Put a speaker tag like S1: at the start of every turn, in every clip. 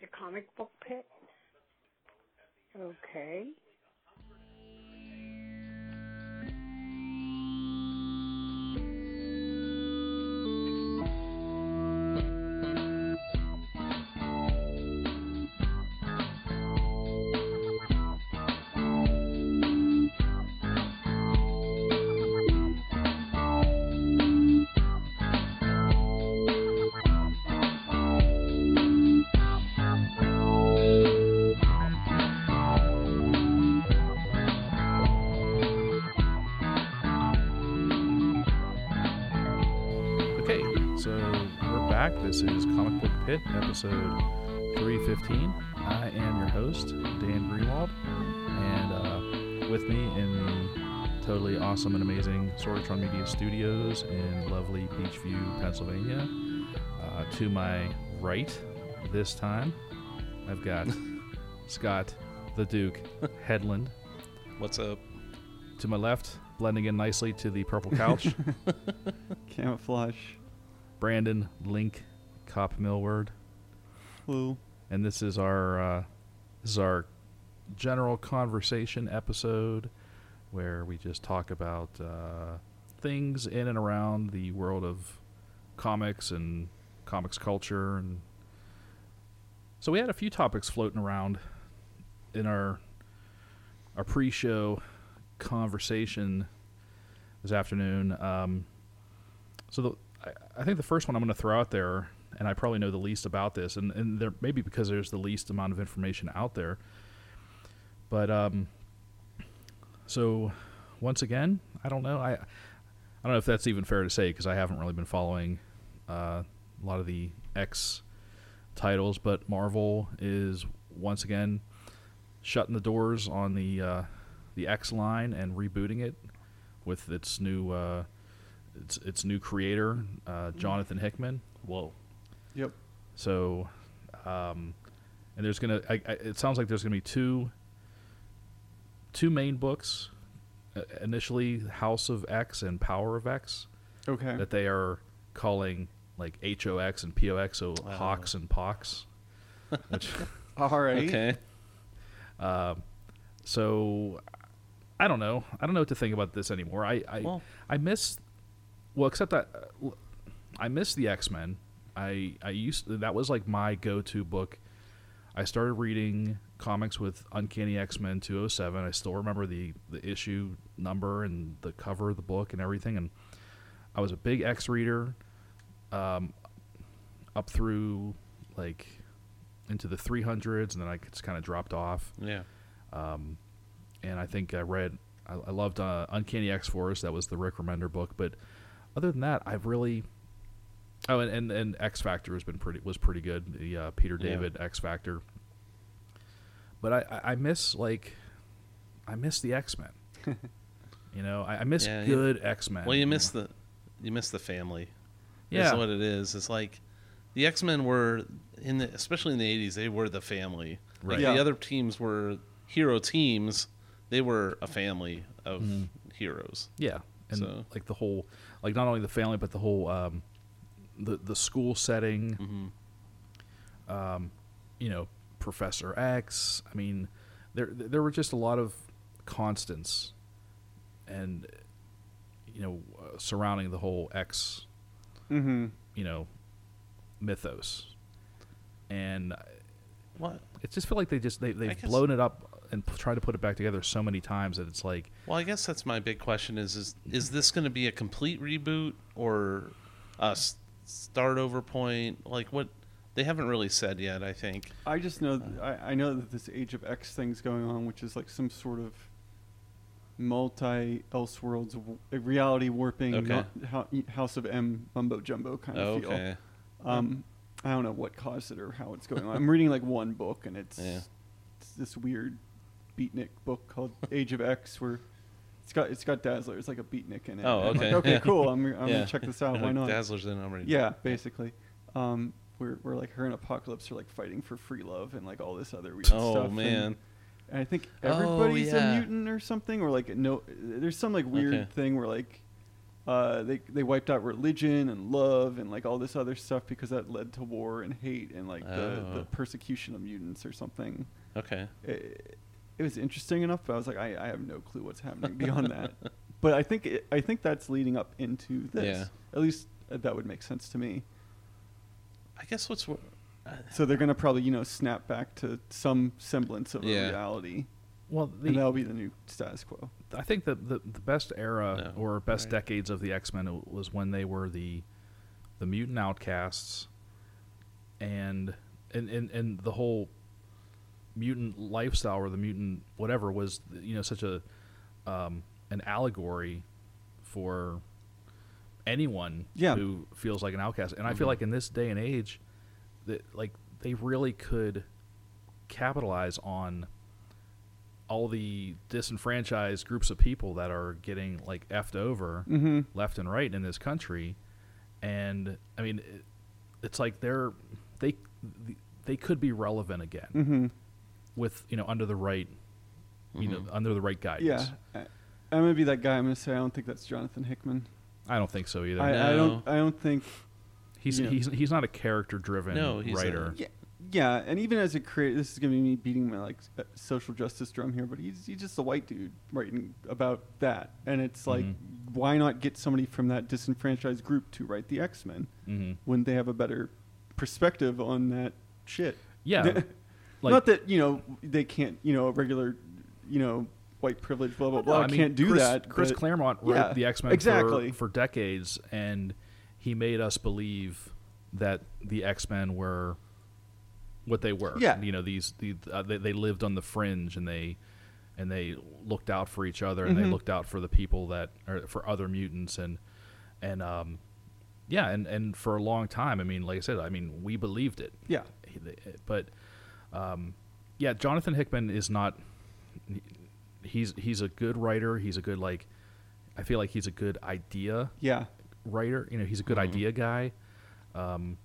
S1: The comic book pit? Okay.
S2: Okay, so we're back. This is Comic Book Pit, episode 315. I am your host, Dan Greenwald, and uh, with me in the totally awesome and amazing Sorgatron Media Studios in lovely Beachview, Pennsylvania. Uh, to my right, this time, I've got Scott the Duke Headland.
S3: What's up?
S2: To my left, blending in nicely to the purple couch,
S4: Camouflage.
S2: Brandon Link Cop Millward.
S4: Woo.
S2: and this is our uh, this is our general conversation episode where we just talk about uh, things in and around the world of comics and comics culture and so we had a few topics floating around in our our pre-show conversation this afternoon um, so the, I, I think the first one I'm going to throw out there, and I probably know the least about this, and, and there maybe because there's the least amount of information out there. But um, so once again, I don't know. I I don't know if that's even fair to say because I haven't really been following uh, a lot of the X titles, but Marvel is once again shutting the doors on the uh, the X line and rebooting it with its new. Uh, its its new creator, uh, Jonathan Hickman. Whoa!
S4: Yep.
S2: So, um, and there's gonna. I, I, it sounds like there's gonna be two two main books. Uh, initially, House of X and Power of X
S4: Okay.
S2: that they are calling like HOX and POX, so
S3: Wow.
S2: Hawks and Pox. Which,
S4: All right.
S3: Okay.
S2: um, so, I don't know. I don't know what to think about this anymore. I I,
S3: Well,
S2: I miss, well, except that uh, l- I miss the X Men. I I used that was like my go to book. I started reading comics with Uncanny X Men 207. I still remember the the issue number and the cover of the book and everything. And I was a big X reader, um, up through like into the 300s, and then I just kind of dropped off
S3: yeah.
S2: um, and I think I read I, I loved uh, Uncanny X Force. That was the Rick Remender book. But other than that, I've really oh, and, and, and X Factor has been pretty was pretty good. The uh, Peter
S3: Yeah.
S2: David X Factor. But I, I I miss like I miss the X Men. you know, I, I miss
S3: Yeah, you-
S2: good X Men.
S3: Well, you miss the you miss the family.
S2: yeah.
S3: Is what it is. It's like the X Men were in the especially in the eighties. They were the family. Like
S2: Right.
S3: The
S4: Yeah.
S3: other teams were hero teams. They were a family of
S2: Mm-hmm.
S3: heroes.
S2: Yeah, and
S3: So-
S2: like the whole, like not only the family but the whole, um, the the school setting.
S3: Mm-hmm.
S2: Um, you know, Professor X. I mean, there there were just a lot of constants, and you know, uh, surrounding the whole X
S4: Mm-hmm.
S2: you know mythos, and
S3: What?
S2: it just feel like they just they they've
S3: guess-
S2: blown it up and p- tried to put it back together so many times that it's like
S3: Well, I guess that's my big question: is is is this going to be a complete reboot or a s- start over point? Like what? They haven't really said yet. I think.
S4: I just know. th- I, I know that this Age of X thing's going on, which is like some sort of multi Elseworlds w- reality warping
S3: Okay.
S4: mu- hou- House of M mumbo jumbo kind of feel.
S3: Okay.
S4: Um, I don't know what caused it or how it's going on. I'm reading like one book, and it's,
S3: Yeah.
S4: it's this weird beatnik book called Age of X, where it's got it's got Dazzler. It's like a beatnik in it.
S3: Oh,
S4: I'm like,
S3: okay.
S4: okay,
S3: Yeah.
S4: cool. I'm, re- I'm
S3: Yeah.
S4: gonna check this out.
S3: Like,
S4: Why not?
S3: Dazzler's in already.
S4: Yeah, basically. Um, where where like her and Apocalypse are like fighting for free love and like all this other weird
S3: Oh
S4: stuff. and-
S3: man.
S4: and I think
S3: Oh,
S4: everybody's
S3: yeah.
S4: a mutant or something, or like no, there's some like weird
S3: Okay.
S4: thing where like uh, they they wiped out religion and love and like all this other stuff because that led to war and hate and like
S3: Oh.
S4: the, the persecution of mutants or something.
S3: Okay.
S4: It, it was interesting enough, but I was like, I, I have no clue what's happening beyond that. But I think it, I think that's leading up into this.
S3: Yeah.
S4: At least uh, that would make sense to me.
S3: I guess what's wor- uh,
S4: So they're gonna probably you know snap back to some semblance of
S3: Yeah.
S4: a reality,
S2: Well,
S4: and
S2: the,
S4: that'll be the new status quo.
S2: I think the, the the best era
S3: No,
S2: or best
S3: right.
S2: decades of the X Men was when they were the the mutant outcasts and and, and and the whole mutant lifestyle or the mutant whatever was you know such a um, an allegory for anyone
S4: Yeah.
S2: who feels like an outcast. And I feel like in this day and age, that like they really could capitalize on all the disenfranchised groups of people that are getting like effed over
S4: Mm-hmm.
S2: left and right in this country, and I mean, it, it's like they're they they could be relevant again
S4: Mm-hmm.
S2: with you know under the right you know
S3: Mm-hmm.
S2: under the right guidance.
S4: Yeah. I, I'm gonna be that guy. I'm gonna say I don't think that's Jonathan Hickman.
S2: I don't think so either.
S4: I, I don't. I don't think.
S2: he's
S4: yeah.
S2: he's he's not a character driven
S3: No, he's
S2: writer.
S3: not.
S4: Yeah, yeah. And even as a creator, this is gonna be me beating my like s- uh, social justice drum here, but he's he's just a white dude writing about that, and it's
S2: Mm-hmm.
S4: like, why not get somebody from that disenfranchised group to write the X Men
S2: hmm
S4: when they have a better perspective on that shit?
S2: Yeah, like
S4: Not that you know they can't. You know, a regular, you know, white privilege, blah blah
S2: no,
S4: blah.
S2: I mean,
S4: can't do
S2: Chris,
S4: that.
S2: Chris
S4: but-
S2: Claremont wrote
S4: Yeah,
S2: the X Men
S4: exactly.
S2: for, for decades, and he made us believe that the X Men were what they were.
S4: Yeah.
S2: you know these the, uh, they, they lived on the fringe and they and they looked out for each other and they
S4: Mhm.
S2: looked out for the people that or for other mutants and and um yeah and and for a long time. I mean, like I said, I mean we believed it.
S4: Yeah.
S2: He- they- but um, yeah, Jonathan Hickman is not. He's he's a good writer. He's a good like. I feel like he's a good idea
S4: Yeah.
S2: writer. You know, he's a good
S3: Mhm.
S2: idea guy. Um,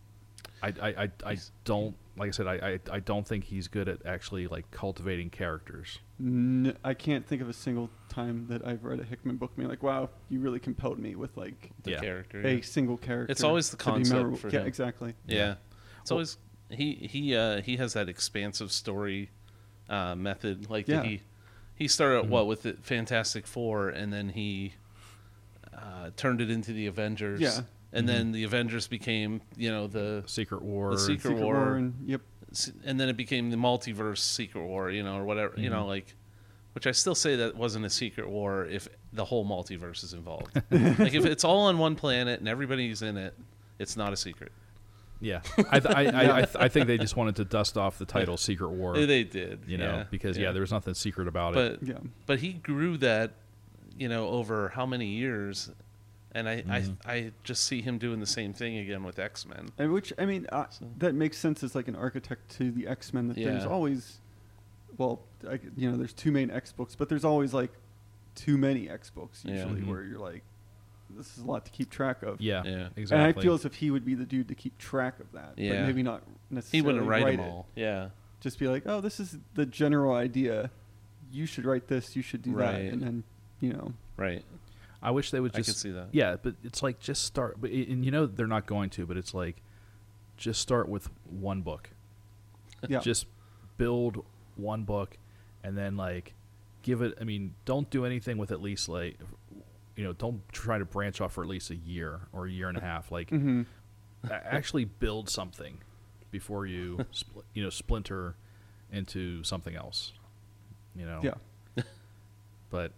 S2: I I, I, I
S3: He's-
S2: don't like I said. I, I I don't think he's good at actually like cultivating characters.
S4: N I can't think of a single time that I've read a Hickman book. and Being like, wow, you really compelled me with like
S3: the
S2: Yeah.
S3: character.
S4: a single character.
S3: always the
S4: to be
S3: concept
S4: memorable."
S3: for
S4: yeah,
S3: him.
S4: exactly.
S3: Yeah.
S2: Yeah.
S3: It's
S2: Well-
S3: always he he uh he has that expansive story uh method like that
S4: Yeah.
S3: he he started
S2: Mm-hmm.
S3: out what with the Fantastic 4 and then he uh turned it into the Avengers.
S4: Yeah.
S3: And
S2: Mm-hmm.
S3: then the Avengers became, you know, the
S2: Secret War.
S3: secret-
S4: Secret War.
S3: War.
S4: and yep.
S3: and then it became the multiverse secret war, you know, or whatever, you
S2: Mm-hmm.
S3: know, like which I still say that wasn't a secret war if the whole multiverse is involved. like if it's all on one planet and everybody's in it, it's not a secret.
S2: yeah, I th- I, I, I, th- I think they just wanted to dust off the title Secret War.
S3: they did,
S2: you know,
S3: yeah,
S2: because yeah. there was nothing secret about it.
S3: but
S4: Yeah.
S3: but he grew that you know over how many years and I,
S2: Mm-hmm.
S3: I I just see him doing the same thing again with X-Men.
S4: And which I mean, uh,
S3: So-
S4: that makes sense as like an architect to the X Men. That there's
S3: Yeah.
S4: always, well, I, g- you know, there's two main X books, but there's always like too many X books
S3: Yeah. mm-hmm.
S4: usually,
S2: Mhm.
S4: where you're like, this is a lot to keep track of.
S2: Yeah,
S3: Yeah.
S2: exactly.
S4: And I feel as if he would be the dude to keep track of that.
S3: Yeah.
S4: But maybe not
S3: He
S4: necessarily.
S3: wouldn't write,
S4: write
S3: them
S4: it.
S3: all. Yeah.
S4: just be like, oh, this is the general idea. You should write this. You should do
S3: Right.
S4: that, and then you know,
S3: Right.
S2: I wish they would
S3: I could
S2: just
S3: see that.
S2: Yeah, but it's like just start. But i- and you know they're not going to. But it's like just start with one book.
S4: yeah,
S2: Just build one book, and then like give it. I mean, don't do anything with at least like you know don't try to branch off for at least a year or a year and a half. Like
S4: hmm
S2: a- actually build something before you spl- you know splinter into something else. You know.
S4: yeah,
S2: But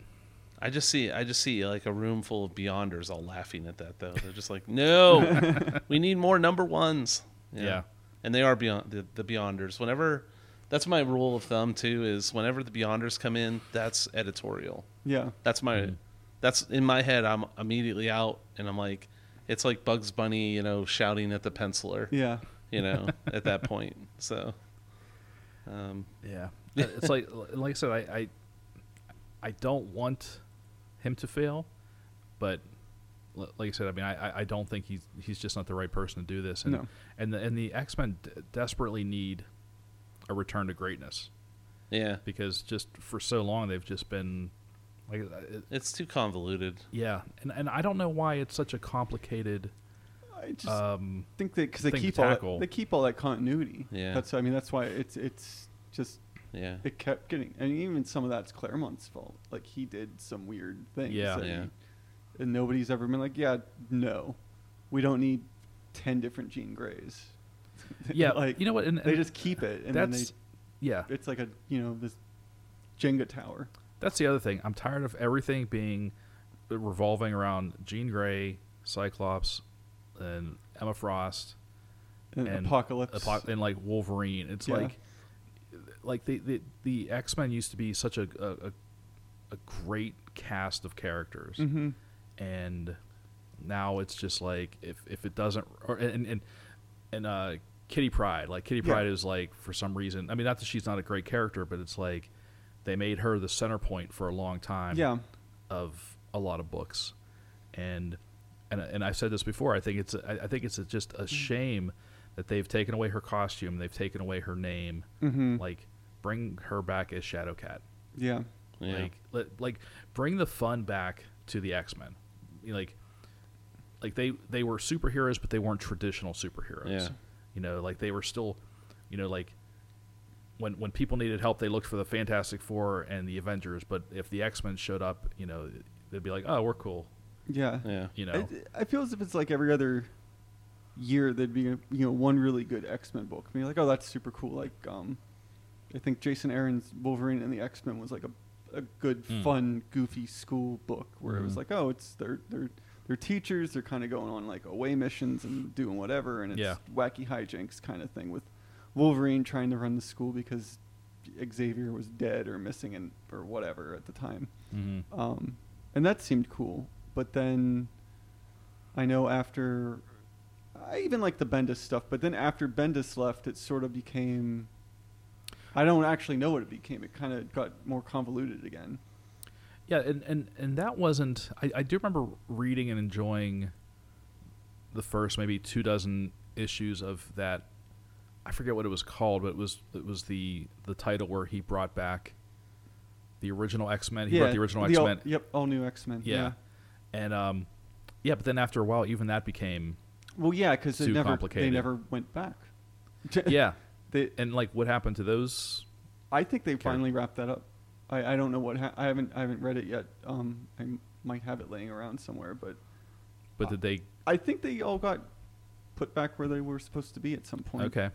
S3: I just see I just see like a room full of beyonders all laughing at that though. They're just like, "No. we need more number ones."
S2: Yeah.
S3: And they are beyond the, the beyonders. Whenever that's my rule of thumb too is whenever the beyonders come in, that's editorial.
S4: yeah.
S3: That's my
S4: Mm-hmm.
S2: Mhm.
S3: that's in my head I'm immediately out and I'm like it's like Bugs Bunny, you know, shouting at the penciler,
S4: Yeah.
S3: you know, at that point. So um
S2: Yeah, Uh, it's like like I said, I, I I don't want him to fail, but li- like I said, I mean, I, I- I don't think he's he's just not the right person to do this, and
S4: No.
S2: and the, and the X Men d- desperately need a return to greatness
S3: yeah.
S2: because just for so long they've just been, like Like, uh, it,
S3: It's too convoluted.
S2: yeah, and and I don't know why it's such a complicated.
S4: I just
S2: Um,
S4: think that because they
S2: thing to
S4: keep all
S2: tackle.
S4: that, they keep all that continuity.
S3: Yeah.
S4: That's I mean that's why it's it's just
S3: Yeah.
S4: it kept getting and even some of that's Claremont's fault. Like he did some weird things.
S2: Yeah.
S4: that
S3: Yeah.
S4: he- and nobody's ever been like, yeah, no, we don't need ten different Gene Greys.
S2: yeah,
S4: like
S2: you know what? And,
S4: they
S2: and
S4: just keep it, and then they,
S2: that's yeah.
S4: it's like a you know this Jenga tower.
S2: That's the other thing. I'm tired of everything being uh, revolving around Jean Grey, Cyclops, and Emma Frost,
S4: And,
S2: And
S4: apocalypse.
S2: Apo- and like Wolverine. It's
S4: Yeah.
S2: like like the the, the X Men used to be such a, a a- a great cast of characters,
S4: hmm
S2: and now it's just like if if it doesn't or and and and uh, Kitty Pride like Kitty
S4: Yeah.
S2: Pride is like for some reason. I mean, not that she's not a great character, but it's like they made her the center point for a long time
S4: Yeah.
S2: of a lot of books, and and and I've said this before. I think it's I I think it's just
S4: Mm-hmm.
S2: a shame that they've taken away her costume, they've taken away her name.
S4: hmm
S2: Like, bring her back as Shadow Cat.
S4: yeah.
S3: Yeah.
S2: Like, let, like bring the fun back to the X Men. Like, like they they were superheroes, but they weren't traditional superheroes.
S3: Yeah.
S2: You know, like they were still, you know, like when when people needed help, they looked for the Fantastic Four and the Avengers. But if the X Men showed up, you know, they'd be like, oh, we're cool.
S4: Yeah.
S3: yeah.
S2: You know,
S4: I, I feel as if it's like every other year there'd be you know one really good X Men book. I mean, like oh that's super cool. Like um, I think Jason Aaron's Wolverine and the X Men was like a a good
S2: Mm.
S4: fun goofy school book where it was
S2: Mhm.
S4: like oh it's they're they're they're teachers they're kind of going on like away missions and doing whatever and it's
S2: Yeah.
S4: wacky hijinks kind of thing with Wolverine trying to run the school because Xavier was dead or missing and or whatever at the time
S2: Mhm.
S4: um, and that seemed cool. But then I know after I even like the Bendis stuff, but then after Bendis left, it sort of became I don't actually know what it became. It kind of got more convoluted again.
S2: yeah, and and and that wasn't. I, I do remember reading and enjoying the first maybe two dozen issues of that. I forget what it was called, but it was it was the the title where he brought back the original X Men. He brought the original X
S4: all-
S2: Men.
S4: Yep, all new X Men. Yeah.
S2: Yeah. and um, yeah, but then after a while, even that became
S4: Well, yeah, because they
S2: Too
S4: never they
S2: complicated.
S4: never went back.
S2: yeah.
S4: They,
S2: And like, what happened to those?
S4: I think they
S2: Care.
S4: finally wrapped that up. I, I don't know what ha- I haven't I haven't read it yet. Um, I m- might have it laying around somewhere, but
S2: But did they?
S4: I think they all got put back where they were supposed to be at some point.
S2: Okay.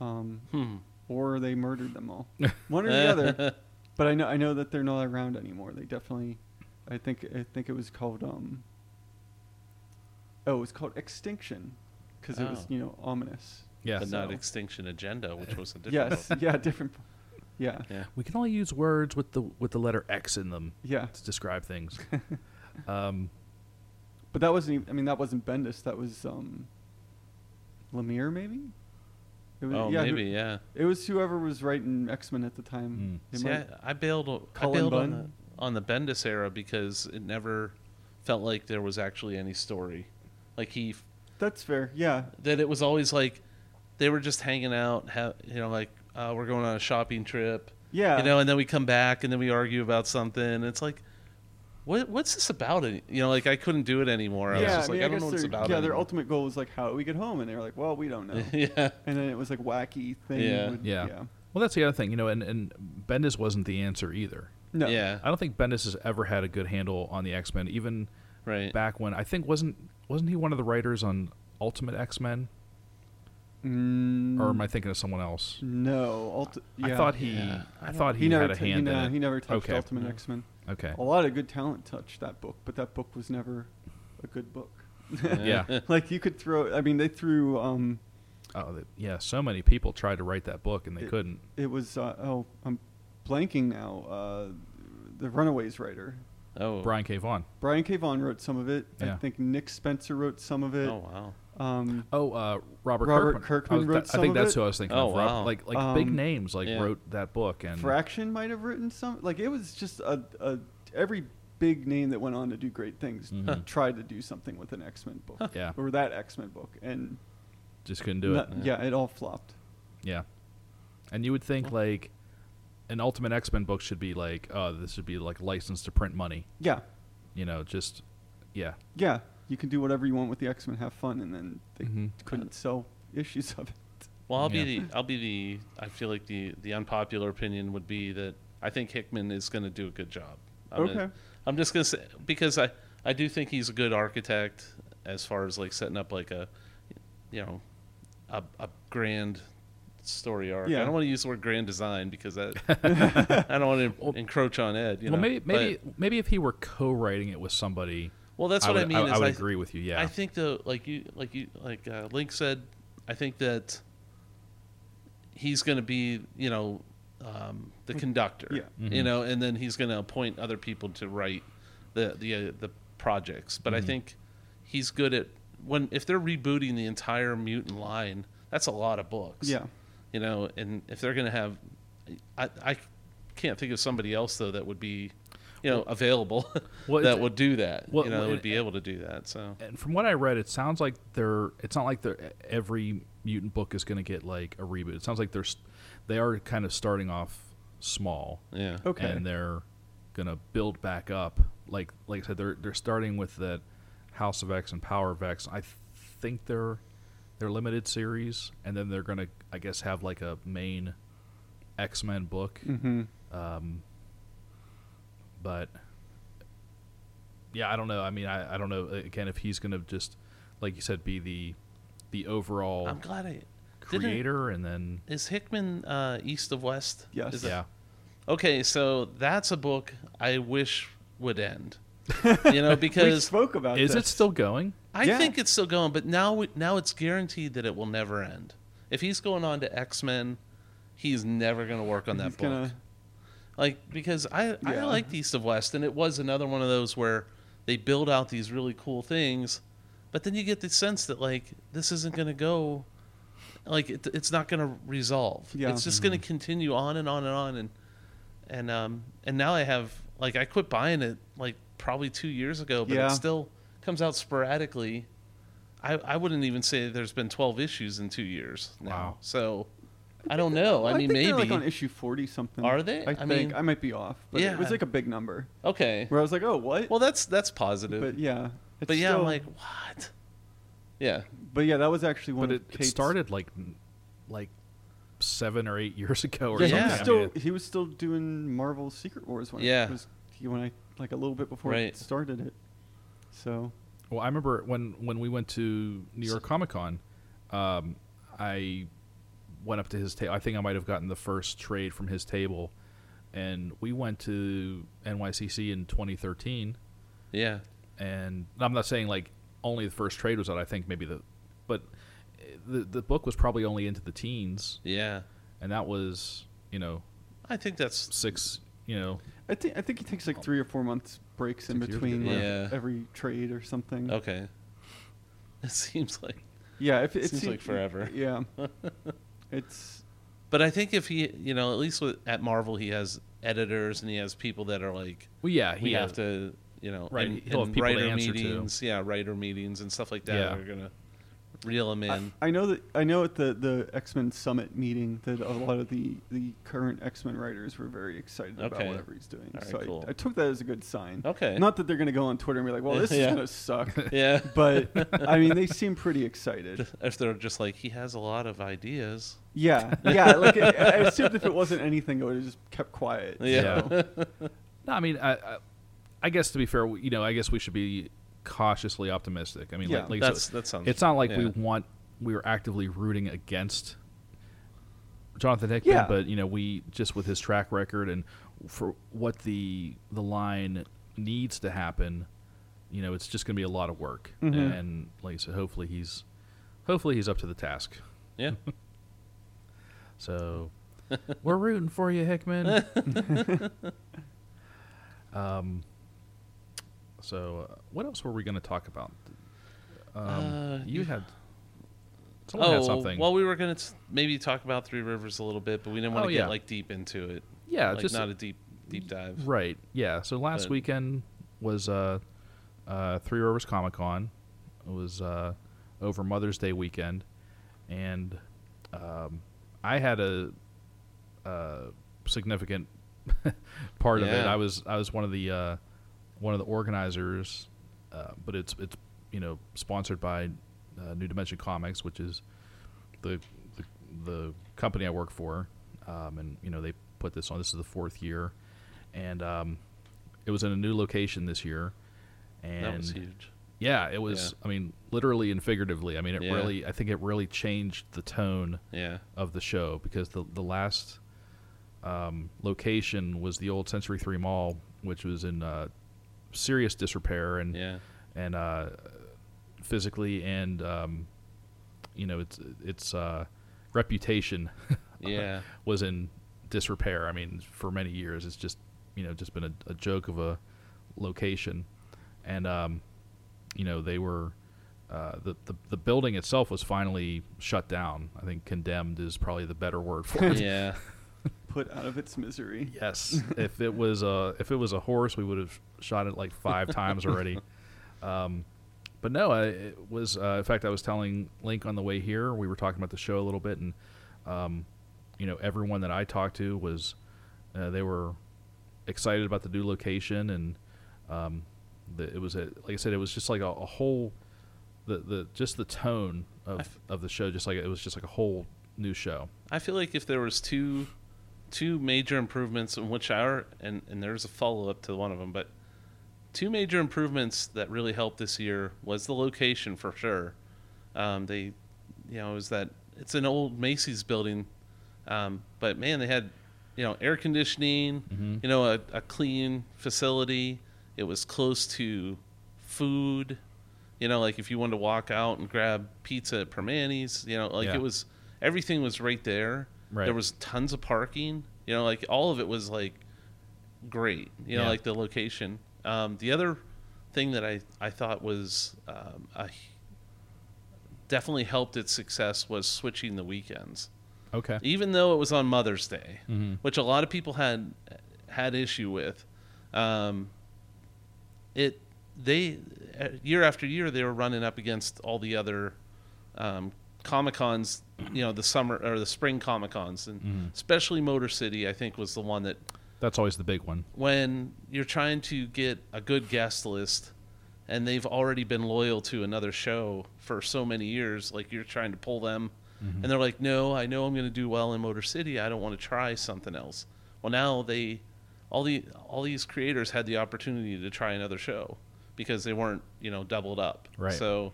S4: Um,
S3: Hmm.
S4: or they murdered them all. One or the other. But I know I know that they're not around anymore. They definitely. I think I think it was called. Um, oh, it was called Extinction, because it was
S3: Oh.
S4: you know ominous.
S2: Yeah.
S3: but not
S4: so-
S3: Extinction Agenda, which was a different
S4: Yes.
S3: book.
S4: yeah. Different. Yeah.
S3: Yeah.
S2: We can only use words with the with the letter X in them
S4: Yeah.
S2: to describe things. um,
S4: But that wasn't. Even, I mean, that wasn't Bendis. That was um. Lemire, maybe. It was,
S3: Oh,
S4: yeah, who-
S3: maybe, yeah.
S4: it was whoever was writing X Men at the time. It
S3: See,
S4: might-
S3: I, I bailed, o- I
S4: Cullen
S3: bailed on, the,
S4: Bunn?
S3: on the Bendis era because it never felt like there was actually any story. Like he, f-
S4: that's fair. Yeah.
S3: that it was always like they were just hanging out, ha- you know, like uh, we're going on a shopping trip,
S4: Yeah.
S3: you know, and then we come back and then we argue about something. And it's like, what what's this about? Any- You know, like I couldn't do it anymore. I was just like, I, don't know what it's
S4: their-
S3: about.
S4: Yeah, their
S3: anymore.
S4: ultimate goal was like, how do we get home? And they were like, well, we don't know.
S3: yeah.
S4: and then it was like wacky thing.
S3: Yeah.
S4: would-
S2: Yeah. Well, that's the other thing, you know, and, and Bendis wasn't the answer either.
S4: No.
S3: Yeah.
S2: I don't think Bendis has ever had a good handle on the X Men, even
S3: Right.
S2: back when I think wasn't wasn't he one of the writers on Ultimate X Men,
S4: Mm,
S2: or am I thinking of someone else?
S4: no. Ulti- yeah.
S2: I thought he,
S3: Yeah. I
S2: I
S3: don't-
S2: thought he,
S4: never
S2: had a
S4: tou-
S2: hand
S4: he, no,
S2: in
S4: he
S2: it.
S4: never touched
S2: Okay.
S4: Ultimate Oh.
S3: No.
S4: X Men.
S2: Okay,
S4: A lot of good talent touched that book, but that book was never a good book.
S2: Yeah.
S4: like you could throw. I mean, they threw. Um,
S2: oh, th- yeah. So many people tried to write that book and they
S4: It-
S2: couldn't.
S4: it was. Uh, oh, I'm blanking now. Uh, the Runaways writer.
S3: oh.
S2: Brian K. Vaughan.
S4: Brian K. Vaughan wrote some of it. I
S2: Yeah.
S4: think Nick Spencer wrote some of it.
S3: Oh wow.
S4: Um,
S2: Oh, uh, Robert,
S4: Robert
S2: Kirkman.
S4: Kirkman
S2: I, was-
S4: wrote
S2: that-
S4: some
S2: I think
S4: of
S2: that's
S4: it?
S2: who I was thinking.
S3: Oh,
S2: of. Rob-
S3: wow.
S2: Like like big
S4: Um,
S2: names like
S3: yeah.
S2: wrote that book and
S4: Fraction might have written some. Like it was just a, a every big name that went on to do great things
S2: Mhm.
S4: tried to do something with an X Men book
S2: yeah,
S4: or that X Men book, and
S2: just couldn't do it.
S4: no- yeah, it all flopped.
S2: Yeah. And you would think like an Ultimate X Men book should be like, uh, this should be like licensed to print money.
S4: Yeah,
S2: You know, just yeah,
S4: yeah. You can do whatever you want with the X Men, have fun, and then they
S2: Mhm.
S4: couldn't sell issues of it.
S3: Well, I'll be
S2: Yeah.
S3: the I'll be the I feel like the the unpopular opinion would be that I think Hickman is going to do a good job. I'm Gonna,
S4: Okay.
S3: I'm just going to say because I I do think he's a good architect as far as like setting up like a you know a a grand story arc.
S4: Yeah.
S3: I don't want to use the word grand design because that I don't want to encroach on Ed. You
S2: well,
S3: know?
S2: maybe
S3: but-
S2: maybe maybe if he were co-writing it with somebody,
S3: well, that's
S2: I
S3: what I,
S2: would-
S3: mean.
S2: I,
S3: is
S2: would
S3: I-
S2: agree with you. Yeah,
S3: I think the like you like you like uh, Link said, I think that he's going to be you know um, the conductor,
S4: Mm-hmm. Yeah.
S2: Mm-hmm.
S3: you know, and then he's going to appoint other people to write the the uh, the projects. But
S2: Mm-hmm.
S3: I think he's good at when if they're rebooting the entire mutant line, that's a lot of books.
S4: Yeah.
S3: you know, and if they're going to have, I I can't think of somebody else though that would be. You know, available
S2: Well,
S3: that
S2: it's-
S3: would do that.
S2: well,
S3: you know,
S2: well,
S3: that
S2: it-
S3: would be able to do that. So
S2: and from what I read, it sounds like they're. It's not like they're e, every mutant book is going to get like a reboot. It sounds like they're s- they are kind of starting off small,
S3: yeah.
S4: Okay.
S2: and they're going to build back up. Like like I said, they're they're starting with that House of X and Power of X. I think they're they're limited series, and then they're going to I guess have like a main X Men book.
S4: hmm
S2: but yeah, I don't know. I mean, I, I don't know uh, again if he's going to just like you said be the the overall
S3: I'm glad I didn't-
S2: creator and then
S3: Is Hickman uh, East of West?
S4: Yes.
S3: Is it-
S2: yeah.
S3: okay, so that's a book I wish would end. You know,
S4: We
S3: because
S4: spoke about
S2: Is it
S4: this.
S2: still going?
S3: I
S4: Yeah.
S3: think it's still going, but now it- now it's guaranteed that it will never end. If he's going on to X Men, he's never going to work on that
S4: He's
S3: book.
S4: gonna-
S3: Like because I I
S4: Yeah.
S3: liked East of West, and it was another one of those where they build out these really cool things, but then you get the sense that like this isn't going to go, like it, it's not going to resolve.
S4: Yeah.
S3: It's just going to continue on and on and on and and um and now I have like I quit buying it like probably two years ago, but
S4: Yeah.
S3: it still comes out sporadically. I, I wouldn't even say there's been 12 issues in two years now.
S2: Wow.
S3: So I don't know. I, mean,
S4: think
S3: maybe.
S4: they're like on issue forty something.
S3: Are they?
S4: I,
S3: I
S4: think
S3: mean-
S4: I might be off, but
S3: Yeah.
S4: it was like a big number
S3: okay.
S4: where I was like, oh, what?
S3: Well, that's that's positive.
S4: but yeah, it's
S3: But yeah, I'm
S4: still-
S3: like, what? Yeah.
S4: but yeah, that was actually one
S2: But
S4: of
S2: it, it
S4: Kate's-
S2: started like n- like seven or eight years ago or
S3: Yeah,
S4: he
S2: something. I
S4: was
S2: mean,
S4: still
S2: it-
S4: he was still doing Marvel Secret Wars when
S3: Yeah.
S4: it was he- when I like a little bit before I
S3: Right.
S4: started it. So
S2: Well, I remember when when we went to New York Comic Con, um, I went up to his table. I think I might have gotten the first trade from his table, and we went to NYCC in 2013.
S3: Yeah.
S2: and I'm not saying like only the first trade was out. I think maybe the, but eh, the the book was probably only into the teens,
S3: Yeah.
S2: and that was you know
S3: I think that's
S2: six you know
S4: I think I think he takes like three or four months breaks in
S2: Six years
S4: between
S3: ago.
S4: like,
S3: Yeah. Oh.
S4: every trade or something.
S3: okay. It seems like
S4: Yeah, if it
S3: Seems like forever.
S4: Yeah, it's
S3: But I think if he, you know, at least with, at Marvel, he has editors and he has people that are like,
S2: well yeah
S3: we
S2: he
S3: have to, you know,
S2: Right,
S3: and,
S2: he'll have
S3: and
S2: people to
S3: writer
S2: answer to.
S3: meetings, yeah, writer meetings and stuff like that.
S2: Yeah.
S3: Are gonna reel him
S4: I,
S3: in.
S4: I know that I know at the the X Men summit meeting that a lot of the the current X Men writers were very excited about
S3: Okay.
S4: whatever he's doing.
S3: All right,
S4: so I,
S3: cool.
S4: I took that as a good sign.
S3: Okay.
S4: Not that they're gonna go on Twitter and be like, "Well, this
S3: Yeah.
S4: is gonna suck,"
S3: yeah.
S4: but I mean, they seem pretty excited.
S3: if they're just like he has a lot of ideas.
S4: Yeah, yeah. Like I I assumed if it wasn't anything, it would have just kept quiet.
S3: Yeah.
S4: so.
S2: no I mean I, I I guess to be fair we- you know I guess we should be cautiously optimistic I mean
S4: Yeah,
S2: like, like I said,
S3: That's that sounds.
S2: it's not like we
S3: yeah.
S2: want we were actively rooting against Jonathan Hickman,
S4: Yeah.
S2: but you know we just with his track record and for what the the line needs to happen, you know it's just going to be a lot of work.
S4: Mhm.
S2: And like I said, hopefully he's hopefully he's up to the task.
S3: Yeah.
S2: So we're rooting for you, Hickman. um. So uh, what else were we going to talk about? Um,
S3: Uh,
S2: you
S3: you-
S2: had. Someone had
S3: Oh,
S2: something.
S3: well, we were gonna t- maybe talk about Three Rivers a little bit, but we didn't want
S2: Oh,
S3: to
S2: yeah.
S3: get like deep into it.
S2: yeah,
S3: like
S2: just
S3: not a deep deep dive.
S2: right. Yeah. So last
S3: but-
S2: weekend was uh, uh, Three Rivers Comic Con. It was uh, over Mother's Day weekend, and um, I had a uh, significant part of it.
S3: Yeah.
S2: I was I was one of the uh, one of the organizers, uh, but it's it's you know sponsored by uh, New Dimension Comics, which is the the, the company I work for, um, and you know they put this on. This is the fourth year, and um, it was in a new location this year. And
S3: that was huge.
S2: yeah, it was. I mean, literally and figuratively. I mean, it
S3: Yeah.
S2: really. I think it really changed the tone
S3: Yeah.
S2: of the show because the the last um, location was the old Century Three Mall, which was in uh, serious disrepair and
S3: Yeah.
S2: and uh, physically and um, you know its its uh, reputation
S3: Yeah.
S2: was in disrepair. I mean, for many years, it's just you know just been a, a joke of a location, and um, you know they were uh, the, the the building itself was finally shut down. I think condemned is probably the better word for it.
S3: yeah.
S4: Put out of its misery.
S2: Yes, if it was a if it was a horse, we would have shot it like five times already. Um, but no, I, it was. Uh, in fact, I was telling Link on the way here. We were talking about the show a little bit, and um, you know, everyone that I talked to was uh, they were excited about the new location, and um, the, it was a, like I said, it was just like a, a whole the the just the tone of
S3: I've-
S2: of the show. Just like it was just like a whole new show.
S3: I feel like if there was two two major improvements in which are and, and there's a follow up to one of them, but two major improvements that really helped this year was the location for sure. Um, they, you know, it was that it's an old Macy's building, um, but man, they had, you know, air conditioning, you know, a, a clean facility. It was close to food. You know, like if you wanted to walk out and grab pizza at Permanis, you know, like
S2: Yeah.
S3: it was everything was right there.
S2: Right.
S3: There was tons of parking. You know, like all of it was like great. You know,
S2: Yeah.
S3: like the location. Um, the other thing that I, I thought was um, a, h- definitely helped its success was switching the weekends,
S2: Okay.
S3: even though it was on Mother's Day,
S2: Mhm.
S3: which a lot of people had had issue with. Um, it they uh, year after year they were running up against all the other um, comic cons, you know, the summer or the spring comic cons, and especially Motor City, I think was the one that
S2: That's always the big one.
S3: when you're trying to get a good guest list and they've already been loyal to another show for so many years, like you're trying to pull them and they're like, No, I know I'm gonna do well in Motor City, I don't wanna try something else. Well now they all the all these creators had the opportunity to try another show because they weren't, you know, doubled up.
S2: Right.
S3: So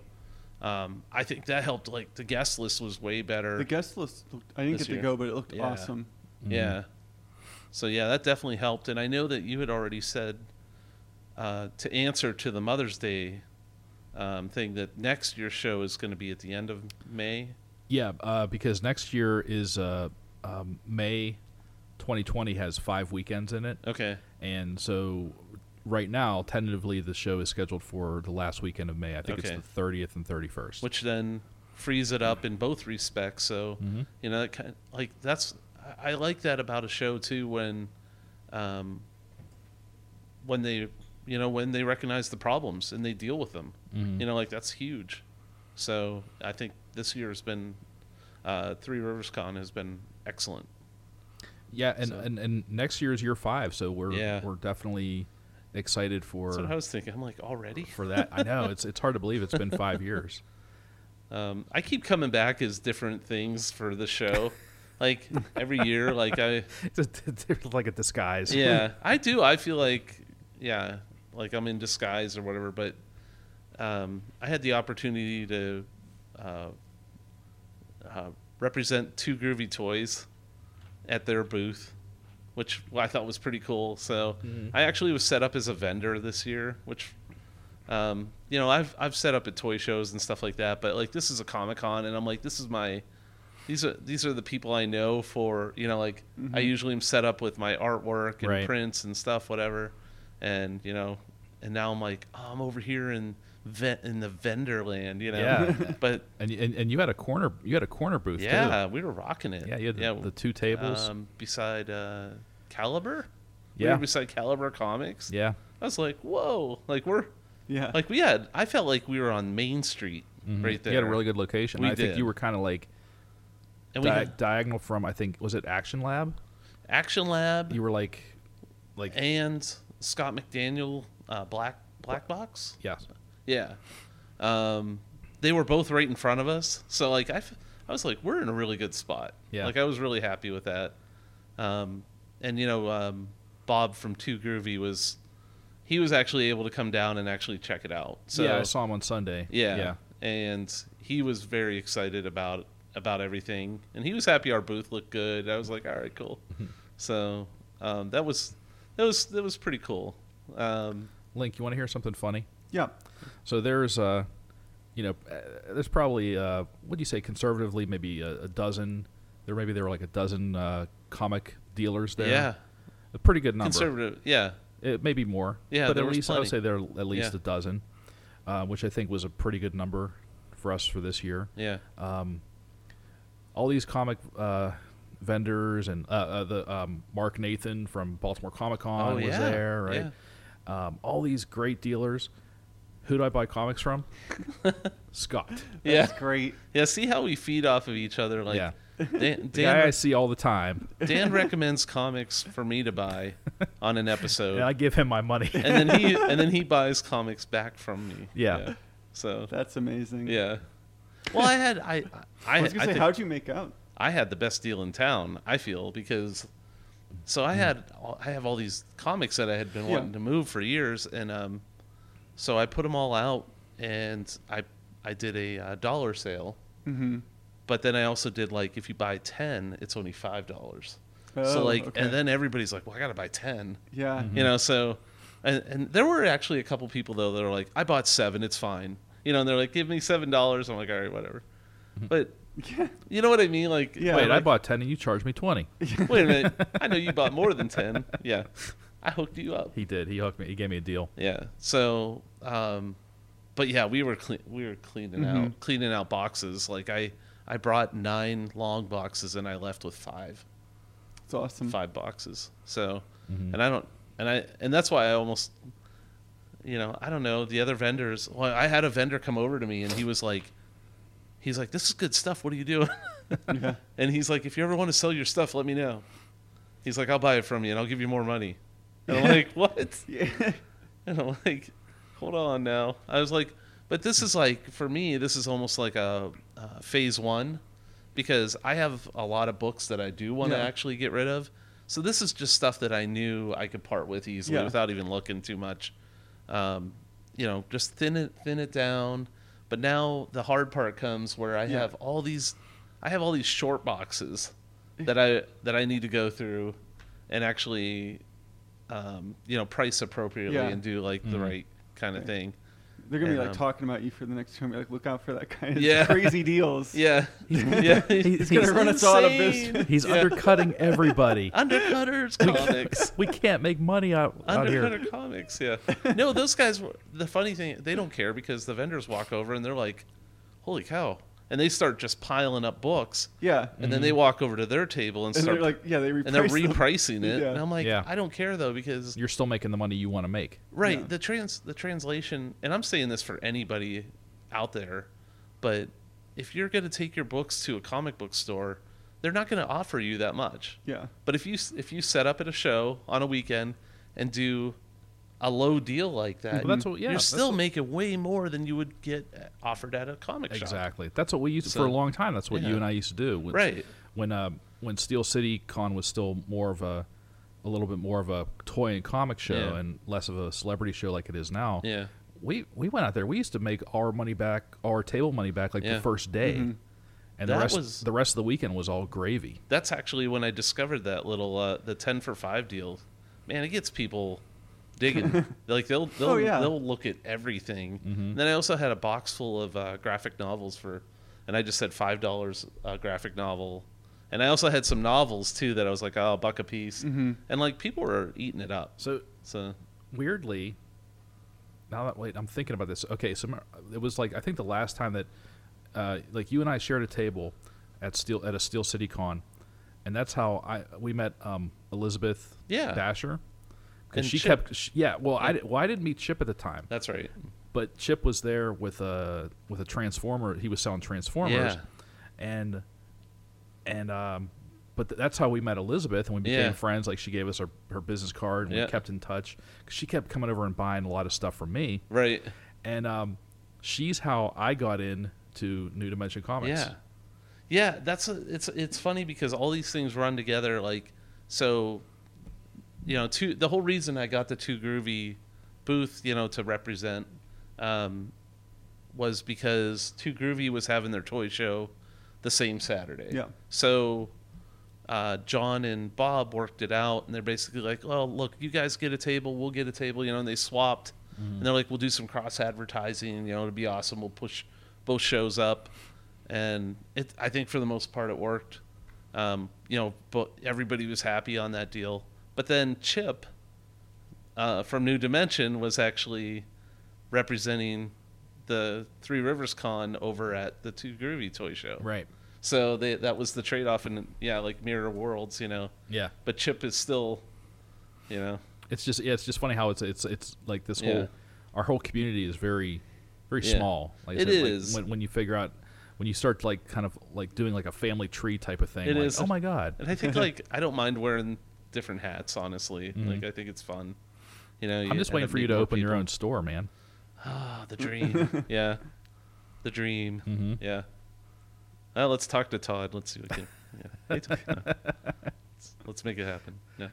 S3: um, I think that helped like the guest list was way better.
S4: The guest list looked, I didn't
S3: This
S4: get to
S3: year.
S4: go, but it looked
S3: Yeah.
S4: awesome.
S3: Yeah. So yeah, that definitely helped, and I know that you had already said uh, to answer to the Mother's Day um, thing that next year's show is going to be at the end of May.
S2: Yeah, uh, because next year is uh, um, May 2020 has five weekends in it.
S3: Okay.
S2: And so right now, tentatively, the show is scheduled for the last weekend of May. I think
S3: Okay.
S2: it's the 30th and 31st.
S3: Which then frees it up in both respects. So you know, that kind like that's I I like that about a show too when, um, when they you know when they recognize the problems and they deal with them. You know, like that's huge. So I think this year has been uh, Three Rivers Con has been excellent.
S2: yeah, and,
S3: so-
S2: and, and next year is year five, so we're
S3: Yeah.
S2: we're definitely excited for
S3: That's what I was thinking. I'm like already.
S2: for that. I know it's it's hard to believe it's been five years.
S3: Um, I keep coming back as different things for the show, like every year. Like I.
S2: It's, a- it's like a disguise.
S3: yeah i do i feel like yeah like i'm in disguise or whatever but um, i had the opportunity to uh, uh, represent two groovy toys at their booth which i thought was pretty cool so
S2: Mm-hmm.
S3: i actually was set up as a vendor this year which um, you know I've, I've set up at toy shows and stuff like that but like this is a comic-con and i'm like this is my these are these are the people I know for you know like I usually am set up with my artwork and
S2: Mm-hmm. Right.
S3: prints and stuff whatever, and you know, and now I'm like oh, I'm over here in ve- in the vendor land you know,
S2: Yeah.
S3: but
S2: and, and and you had a corner you had a corner booth.
S3: yeah we were rocking it
S2: too. yeah, you had the, the two tables.
S3: um, beside uh, Caliber we
S2: Yeah.
S3: were beside Caliber Comics
S2: yeah,
S3: I was like whoa like we're
S4: Yeah.
S3: like we had I felt like we were on Main Street right there
S2: Mm-hmm. you had a really good location.
S3: We
S2: I think
S3: did.
S2: you were kind of like
S3: and we
S2: di-
S3: had-
S2: diagonal from I think was it Action Lab?
S3: Action Lab
S2: You were like, like
S3: and Scott McDaniel, uh, Black Black Box.
S2: yes,
S3: Yeah, um, they were both right in front of us. So like I, f- I was like, we're in a really good spot.
S2: Yeah.
S3: like I was really happy with that. Um, and you know, um, Bob from Two Groovy was, he was actually able to come down and actually check it out. So
S2: yeah. I saw him on Sunday.
S3: yeah.
S2: yeah,
S3: And he was very excited about about everything. And he was happy our booth looked good. I was like, all right, cool.
S2: Mm-hmm.
S3: so um, that was that was that was pretty cool. Um,
S2: Link, you want to hear something funny?
S4: Yeah.
S2: So there's uh, you know, uh, there's probably uh, what do you say, conservatively, maybe a, a dozen. There maybe there were like a dozen uh, comic dealers there.
S3: yeah.
S2: a pretty good number.
S3: Conservative yeah.
S2: It maybe more.
S3: Yeah,
S2: but
S3: there
S2: at
S3: was
S2: least I would
S3: plenty.
S2: say there are at least
S3: Yeah.
S2: a dozen, uh, which I think was a pretty good number for us for this year.
S3: Yeah.
S2: All these comic uh, vendors and uh, uh, the um, Mark Nathan from Baltimore Comic Con
S3: Oh,
S2: was
S3: yeah,
S2: there, right? Um, all these great dealers. Who do I buy comics from? Scott.
S3: yeah.
S4: That's great.
S3: Yeah, see how we feed off of each other like
S2: Yeah.
S3: Dan,
S2: The guy I
S3: Dan,
S2: see all the time,
S3: Dan recommends comics for me to buy on an episode.
S2: and I give him my money.
S3: and then he and then he buys comics back from me.
S2: Yeah.
S3: So
S4: That's amazing.
S3: Yeah. Well, I had I I,
S4: I was gonna
S3: I
S4: say,
S3: think
S4: how'd you make out?
S3: I had the best deal in town. I feel because so I had I have all these comics that I had been
S4: Hmm. Yeah.
S3: wanting to move for years, and um, so I put them all out, and I I did a uh, dollar sale,
S4: Mm-hmm.
S3: but then I also did like if you buy ten, it's only five dollars.
S4: Oh,
S3: so like, and then everybody's like, well, I gotta buy 10
S4: yeah,
S3: you know so and, and there were actually a couple people though that were like i bought seven it's fine you know and they're like give me seven dollars i'm like all right whatever
S4: Hmm.
S3: but you know what i mean like
S4: Yeah.
S2: Wait, I
S3: like,
S2: bought ten and you charged me twenty.
S3: wait a minute i know you bought more than 10 yeah i hooked you up
S2: He did. He hooked me. He gave me a deal.
S3: yeah so um but yeah we were clean we were cleaning out cleaning out boxes like i i brought nine long boxes and i left with five
S4: it's awesome.
S3: five boxes. So, and I don't, and I, and that's why I almost, you know, I don't know the other vendors. Well, I had a vendor come over to me and he was like, he's like, this is good stuff. What are you doing?
S4: Yeah.
S3: and he's like, if you ever want to sell your stuff, let me know. He's like, I'll buy it from you and I'll give you more money. And I'm like, what?
S4: Yeah.
S3: And I'm like, hold on now. I was like, but this is like, for me, this is almost like a uh, phase one because I have a lot of books that I do want to
S4: Yeah.
S3: actually get rid of. So this is just stuff that I knew I could part with easily
S4: Yeah.
S3: without even looking too much. Um, you know, just thin it, thin it down. But now the hard part comes where I
S4: Yeah.
S3: have all these, I have all these short boxes that I that I need to go through and actually, um, you know, price appropriately
S4: Yeah.
S3: and do like the right kind of
S4: Right.
S3: thing.
S4: They're gonna be
S3: And,
S4: like
S3: um,
S4: talking about you for the next time. Like, look out for that kind of
S3: Yeah.
S4: crazy deals.
S3: Yeah, yeah.
S2: He's
S4: gonna run us out of
S3: insane.
S4: business.
S2: He's
S3: Yeah.
S2: undercutting everybody.
S3: undercutters comics.
S2: we can't make money out, out
S3: Undercutter
S2: here.
S3: comics, yeah. No, those guys. were- The funny thing, they don't care because the vendors walk over and they're like, "Holy cow!" and they start just piling up books,
S4: yeah.
S3: and then they
S2: Mm-hmm.
S3: walk over to their table and,
S4: And
S3: start
S4: they're like, yeah, they reprice
S3: and they're
S4: them.
S3: repricing it.
S4: Yeah.
S3: And I'm like,
S2: Yeah.
S3: I don't care though because
S2: You're still making the money you want to make.
S3: right
S4: Yeah.
S3: the trans the translation and i'm saying this for anybody out there but if you're going to take your books to a comic book store they're not going to offer you that much
S4: Yeah.
S3: but if you s- if you set up at a show on a weekend and do a low deal like that
S2: Well, that's what- yeah,
S3: you're
S2: that's
S3: still
S2: what-
S3: making way more than you would get uh, offered at a comic shop
S2: Exactly. That's what we used
S3: So-
S2: for a long time. That's what
S3: Yeah.
S2: you and I used to do. When,
S3: Right.
S2: When uh, when Steel City Con was still more of a a little bit more of a toy and comic show
S3: Yeah.
S2: and less of a celebrity show like it is now.
S3: yeah
S2: We we went out there. We used to make our money back, our table money back, like
S3: Yeah. Mm-hmm.
S2: the first day, and the
S3: That
S2: rest
S3: was-
S2: the rest of the weekend was all gravy.
S3: that's actually when I discovered that little uh, the ten for five deal. Man, it gets people digging. like they'll they'll
S4: Oh, yeah.
S3: they'll look at everything.
S2: Mm-hmm.
S3: And then I also had a box full of uh, graphic novels for, and I just said five dollars a graphic novel. And I also had some novels too that I was like, oh, a buck a piece,
S2: Mm-hmm.
S3: and like people were eating it up.
S2: So
S3: So
S2: weirdly now that wait i'm thinking about this okay so remember- it was like i think the last time that uh, like you and i shared a table at steel at a steel city con and that's how i we met um, elizabeth
S3: Yeah.
S2: dasher
S3: And
S2: because she
S3: Chip.
S2: kept she, yeah well i di- well i didn't meet chip at the time
S3: that's right.
S2: but chip was there with a with a transformer he was selling transformers
S3: Yeah.
S2: and and um But th- that's how we met Elizabeth, and we became
S3: Yeah.
S2: friends. Like she gave us her, her business card, and
S3: Yeah.
S2: we kept in touch 'cause she kept coming over and buying a lot of stuff from me.
S3: Right.
S2: And um, she's how I got in to New Dimension Comics.
S3: Yeah, yeah. That's a, it's it's funny because all these things run together. Like so, you know, two the whole reason I got the two groovy booth, you know, to represent, um, was because two groovy was having their toy show the same Saturday.
S4: Yeah.
S3: So. Uh, John and Bob worked it out, and they're basically like, "Well, look, you guys get a table, we'll get a table," you know. And they swapped, and they're like, "We'll do some cross advertising, you know, it'll be awesome. We'll push both shows up." and it I think for the most part it worked. Um, you know, but everybody was happy on that deal. But then Chip uh, from New Dimension was actually representing the Three Rivers Con over at the Two Groovy Toy Show.
S2: Right.
S3: So they, that was the trade off, and yeah, like Mirror Worlds, you know.
S2: Yeah.
S3: But Chip is still, you know,
S2: It's just yeah, it's just funny how it's it's it's like this
S3: Yeah.
S2: whole our whole community is very very
S3: Yeah.
S2: small. Like I
S3: It
S2: said, like,
S3: is.
S2: when when you figure out when you start to, like kind of like doing like a family tree type of thing.
S3: It
S2: like,
S3: is.
S2: Oh my god.
S3: and I think like I don't mind wearing different hats. Honestly, like I think it's fun. You know,
S2: Mm-hmm. I'm just waiting for you to open your own store, man.
S3: Ah, the dream. yeah, the dream.
S2: Mm-hmm.
S3: Yeah. Well, let's talk to Todd. Let's see what can. Yeah. Hey, Todd. No. Let's, let's make it happen. Yeah.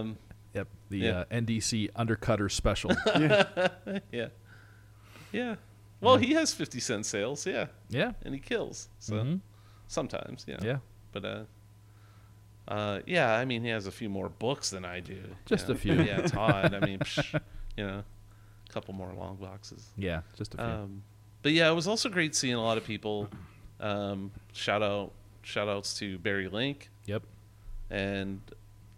S3: Um,
S2: Yep. The
S3: Yeah.
S2: uh, NDC undercutter special.
S3: yeah. Yeah. Well, he has fifty cent sales. Yeah,
S2: yeah.
S3: and he kills. So
S2: Mhm.
S3: sometimes, yeah.
S2: Yeah.
S3: But uh, uh, yeah. I mean, he has a few more books than I do. you
S2: Just a
S3: know.
S2: few.
S3: But yeah, Todd. I mean, psh, you know, a couple more long boxes.
S2: Yeah. Just a few.
S3: Um, but yeah, it was also great seeing a lot of people. Um, shout out, shout outs to Barry Link
S2: yep.
S3: and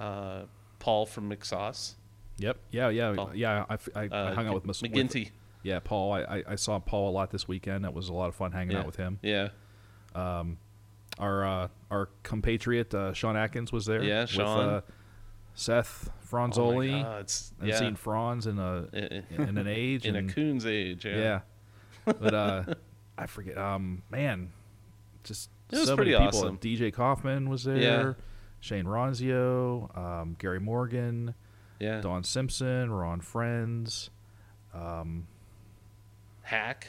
S3: uh, Paul from McSauce.
S2: Yep. Yeah. Yeah.
S3: Paul.
S2: Yeah. I, f- I- I
S3: Uh,
S2: hung out with Miss with-
S3: McGinty.
S2: yeah, Paul. I, I I saw Paul a lot this weekend. That was a lot of fun hanging
S3: yeah.
S2: out with him.
S3: Yeah,
S2: our uh, our compatriot uh, Sean Atkins was there.
S3: Yeah, Sean.
S2: With, uh, Seth
S3: Oh my
S2: Franzoli.
S3: God, it's-
S2: I've
S3: yeah.
S2: seen Franz in a
S3: I- I-
S2: in an age
S3: in a
S2: and,
S3: coon's age. Yeah.
S2: yeah. But uh, I forget. Um, man, just
S3: It was
S2: so
S3: pretty
S2: many people.
S3: awesome.
S2: DJ Kaufman was there.
S3: Yeah.
S2: Shane Ronzio, um, Gary Morgan,
S3: Yeah.
S2: Don Simpson, Ron Friends.
S3: Hack.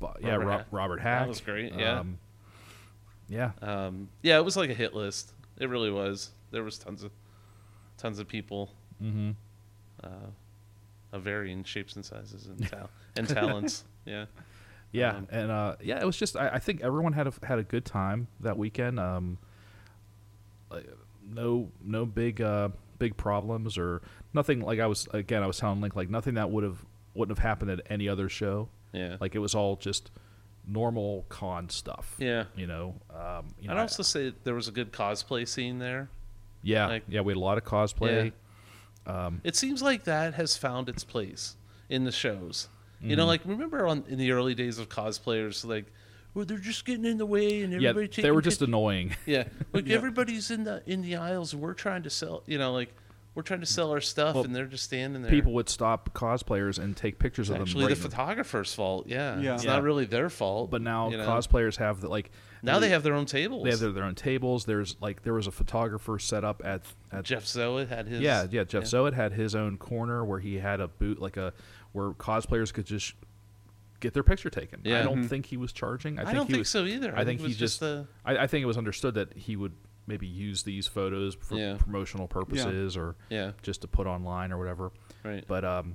S2: Bo- yeah,
S3: Robert
S2: Ro-
S3: Hack.
S2: Robert
S3: That
S2: Hack.
S3: was great, yeah.
S2: Um, yeah.
S3: Um, yeah, it was like a hit list. It really was. There was tons of tons of people
S2: Mm-hmm.
S3: uh, of varying shapes and sizes and, tal- and talents. Yeah.
S2: Yeah,
S3: Um,
S2: and uh, yeah, it was just I, I think everyone had a, had a good time that weekend. Um, like, no, no big uh, big problems or nothing. Like I was again, I was telling Link like nothing that would have wouldn't have happened at any other show.
S3: Yeah.
S2: Like it was all just normal con stuff.
S3: Yeah.
S2: you know. Um, you
S3: I'd
S2: know,
S3: also say that there was a good cosplay scene there.
S2: yeah,
S3: like-
S2: yeah, we had a lot of cosplay. Mm-hmm.
S3: It seems like that has found its place in the shows. You
S2: Mm-hmm.
S3: know, like remember on in the early days of cosplayers, like, well, they're just getting in the way and
S2: Yeah,
S3: everybody.
S2: they
S3: taking
S2: were just
S3: pic-
S2: annoying.
S3: yeah, like
S4: Yeah.
S3: everybody's in the in the aisles. and We're trying to sell. You know, like we're trying to sell our stuff,
S2: Well,
S3: and they're just standing there.
S2: People would stop cosplayers and take pictures of them.
S3: actually, the
S2: right in the-
S3: photographer's fault. Yeah,
S4: Yeah.
S3: it's
S2: Yeah.
S3: not really their fault.
S2: but now
S3: you know.
S2: cosplayers have the like
S3: now they have their own tables.
S2: They have their, their own tables. There's like there was a photographer set up at at
S3: Jeff Zoe had his.
S2: yeah yeah Jeff Zoet had his own corner where he had a boot like a where cosplayers could just get their picture taken. I
S3: Yeah. Mm-hmm.
S2: don't think he was charging. I,
S3: I,
S2: think
S3: don't
S2: he
S3: think
S2: was,
S3: so either.
S2: I, think,
S3: it
S2: he
S3: was
S2: just.
S3: the
S2: I, I think it was understood that he would maybe use these photos for
S3: Yeah.
S2: promotional purposes or
S3: Yeah.
S2: just to put online or whatever.
S3: right.
S2: But um,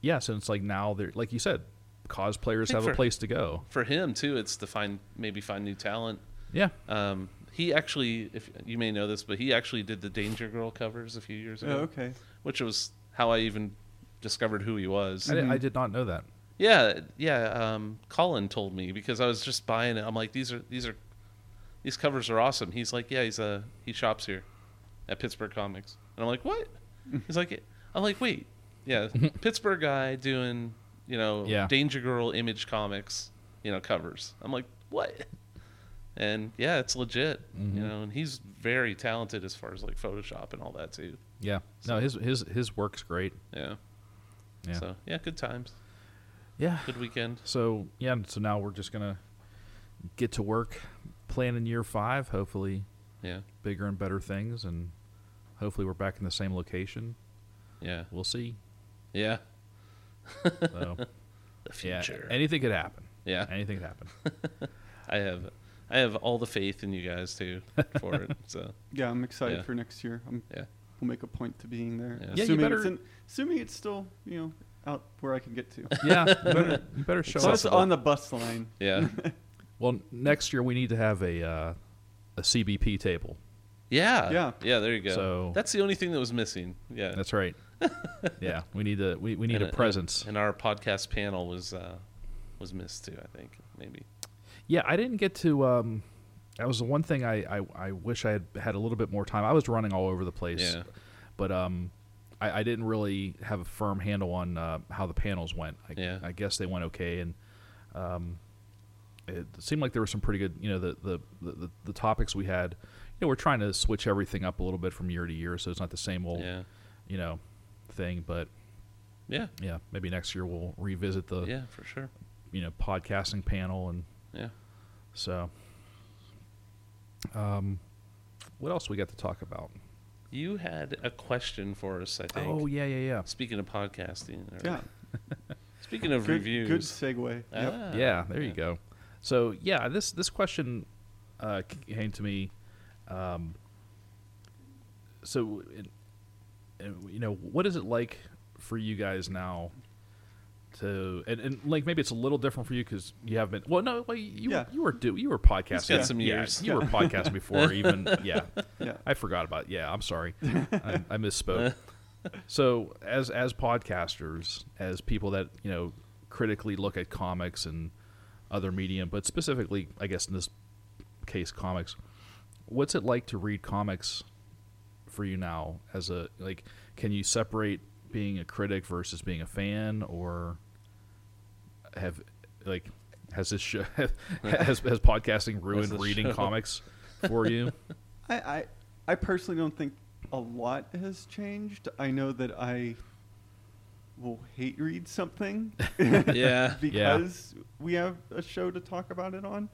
S2: yeah. So it's like now they're like you said, cosplayers
S3: think
S2: have a
S3: for-
S2: place to go.
S3: for him too, it's to find maybe find new talent.
S2: Yeah.
S3: Um, he actually, if you may know this, but he actually did the Danger Girl covers a few years
S4: Oh,
S3: ago,
S4: okay.
S3: which was how I even discovered who he was.
S2: I, did, I did not know that.
S3: Yeah, yeah. Um, Colin told me because I was just buying it. I'm like, these are these are these covers are awesome. He's like, yeah, he's uh he shops here at Pittsburgh Comics, and I'm like, what? He's like, I'm like, wait, yeah, Pittsburgh guy doing you know
S2: Yeah.
S3: Danger Girl Image Comics, you know covers. I'm like, what? And yeah, it's legit,
S2: Mm-hmm.
S3: you know. And he's very talented as far as like Photoshop and all that too.
S2: Yeah. No, his his his work's great.
S3: Yeah.
S2: Yeah.
S3: So yeah, good times,
S2: Yeah.
S3: good weekend.
S2: So yeah, so now we're just gonna get to work planning year five. Hopefully,
S3: Yeah.
S2: bigger and better things, and hopefully we're back in the same location.
S3: Yeah.
S2: We'll see.
S3: Yeah.
S2: So,
S3: The
S2: yeah,
S3: future. Yeah.
S2: anything could happen. Anything could happen.
S3: I have I have all the faith in you guys too for it. So
S4: Yeah, I'm excited
S3: Yeah.
S4: for next year. I'm,
S3: Yeah.
S4: We'll make a point to being there.
S3: Yeah. Yeah,
S2: you
S4: assuming, it's
S2: better-
S4: in, assuming it's still, you know, out where I can get to.
S2: yeah, you better, you better show
S4: So
S2: up.
S4: it's on the bus line.
S3: yeah.
S2: Well, next year we need to have a uh, a CBP table.
S3: Yeah.
S4: Yeah.
S3: Yeah, there you go.
S2: So-
S3: that's the only thing that was missing. Yeah.
S2: That's right. yeah, we need to we, we need
S3: And
S2: a presence.
S3: And our podcast panel was uh was missed too, I think. Maybe.
S2: Yeah, I didn't get to. Um, that was the one thing I, I, I wish I had had a little bit more time. I was running all over the place,
S3: Yeah.
S2: but um, I, I didn't really have a firm handle on uh, how the panels went. I,
S3: Yeah.
S2: I guess they went okay, and um, it seemed like there were some pretty good. You know, the the, the, the the topics we had. You know, we're trying to switch everything up a little bit from year to year, so it's not the same old,
S3: Yeah.
S2: you know, thing. But
S3: Yeah.
S2: yeah, maybe next year we'll revisit the
S3: Yeah, for sure.
S2: you know podcasting panel and
S3: Yeah.
S2: so, um, what else we got to talk about?
S3: You had a question for us, I think.
S2: Oh yeah, yeah, yeah,
S3: Speaking of podcasting, or
S4: Yeah.
S3: Speaking of
S4: Good,
S3: reviews,
S4: good segue. Yep.
S3: Ah,
S2: yeah. There
S3: yeah.
S2: you go. So yeah, this this question uh, c- came to me. Um, so, it, it- you know, what is it like for you guys now? To and, and like maybe it's a little different for you because you have been well no well, you
S4: Yeah.
S2: you were do you were podcasting
S3: got some
S2: Yeah,
S3: years.
S2: you were podcasting before even yeah
S4: Yeah.
S2: I forgot about. Yeah, I'm sorry. I, I misspoke. so, as as podcasters, as people that you know critically look at comics and other medium, but specifically, I guess in this case, comics. What's it like to read comics for you now? As a like, can you separate being a critic versus being a fan, or have like has this show has, has podcasting ruined
S3: this
S2: reading
S3: show?
S2: comics for you?
S4: I, I, I personally don't think a lot has changed. I know that I will hate read something
S3: yeah,
S4: because we have a show to talk about it on.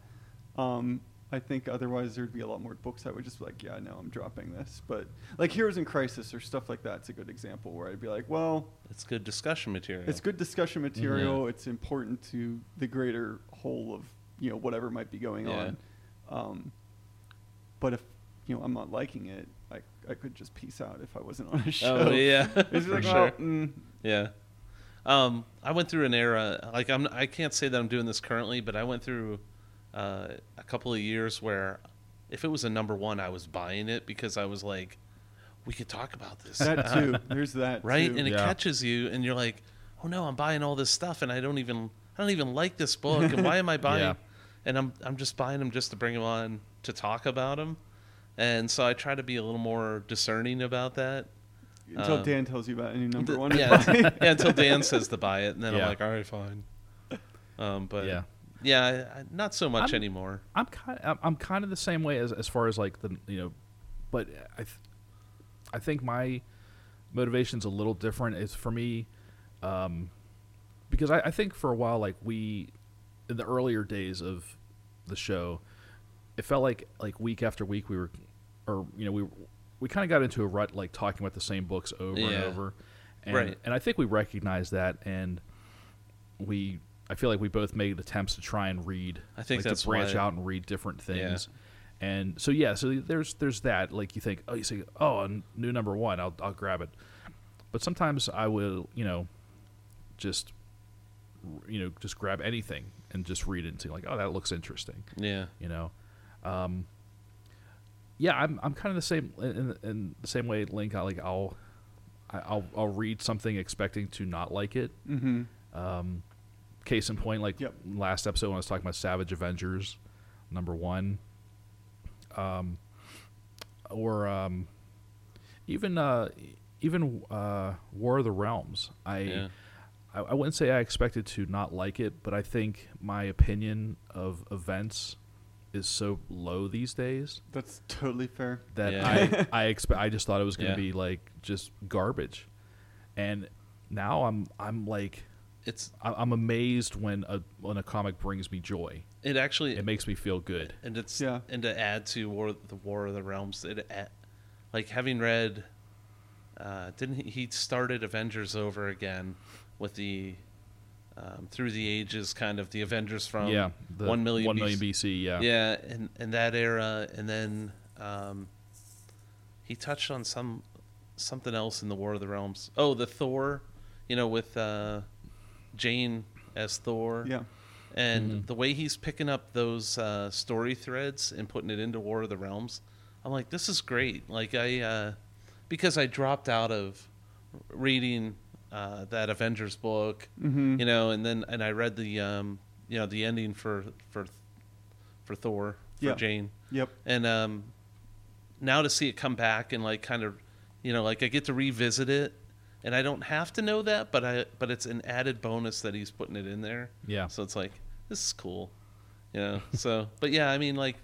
S4: Um, I think otherwise there'd be a lot more books I would just be like, yeah, no, I'm dropping this. But like Heroes in Crisis or stuff like that's a good example where I'd be like, well,
S3: it's good discussion material.
S4: it's good discussion
S3: Mm-hmm.
S4: material. It's important to the greater whole of you know whatever might be going
S3: Yeah.
S4: on. Um, but if you know I'm not liking it, I I could just peace out if I wasn't on a show.
S3: Oh yeah,
S4: It's
S3: for
S4: like,
S3: sure.
S4: well, mm,
S3: Yeah. Um, I went through an era like I'm I can't say that I'm doing this currently, but I went through uh, a couple of years where if it was a number one, I was buying it because I was like, we could talk about this,
S4: that too. There's that
S3: right?
S4: too.
S3: And it
S2: Yeah.
S3: catches you, and you're like, oh no, I'm buying all this stuff, and I don't even I don't even like this book, and why am I buying?
S2: Yeah.
S3: And I'm I'm just buying them just to bring them on to talk about them, and so I try to be a little more discerning about that.
S4: Until
S3: um,
S4: Dan tells you about any number
S3: Th-
S4: one.
S3: Yeah, yeah, until Dan says to buy it, and then
S2: Yeah.
S3: I'm like, all right, fine. Um, but
S2: Yeah.
S3: yeah, yeah, I- I- not so much
S2: I'm-
S3: anymore.
S2: I'm kind I'm, I'm kind of the same way as as far as like the you know, but I th- I think my motivation's a little different. It's for me, um, because I, I think for a while like we in the earlier days of the show, it felt like like week after week we were, or you know we we kind of got into a rut like talking about the same books over and
S3: Yeah.
S2: over, and,
S3: Right.
S2: And I think we recognized that and we. I feel like we both made attempts to try and read.
S3: I think
S2: like, to
S3: that's
S2: branch
S3: why-
S2: out and read different things. And so yeah, so there's there's that. Like you think, oh, you say, oh, n- new number one, I'll I'll grab it. But sometimes I will, you know, just r- you know, just grab anything and just read it and see, like, oh, that looks interesting
S3: Yeah,
S2: you know um yeah i'm i'm kind of the same in, in the same way link i like i'll I- i'll i'll read something expecting to not like it mm-hmm. um case in point like
S4: Yep.
S2: last episode when i was talking about savage avengers number one um or um even uh even uh war of the realms i
S3: Yeah.
S2: I, I wouldn't say I expected to not like it, but I think my opinion of events is so low these days
S4: That's totally fair.
S2: that
S3: Yeah.
S2: I I expe- I just thought it was going to
S3: Yeah.
S2: be like just garbage, and now I'm I'm like
S3: it's
S2: I- I'm amazed when a when a comic brings me joy.
S3: it actually
S2: It makes me feel good.
S3: and it's
S4: Yeah.
S3: and to add to war the war of the realms it a- like having read uh didn't he, he started avengers over again with the um, through the ages kind of the avengers from
S2: yeah, the
S3: 1 Um, million
S2: one million
S3: BC
S2: BC. Yeah,
S3: yeah, and and that era, and then um, he touched on some something else in the War of the Realms. Oh, the Thor, you know, with uh, Jane as Thor.
S4: Yeah.
S3: and the way he's picking up those uh, story threads and putting it into War of the Realms, I'm like, this is great. Like I, uh, because I dropped out of reading uh, that Avengers book, you know, and then and I read the um, you know the ending for for for Thor for
S4: Yeah.
S3: Jane,
S4: Yep.
S3: and um, now to see it come back and like kind of you know like I get to revisit it, and I don't have to know that, but I but it's an added bonus that he's putting it in there.
S2: Yeah.
S3: So it's like this is cool, you know. so but yeah, I mean like.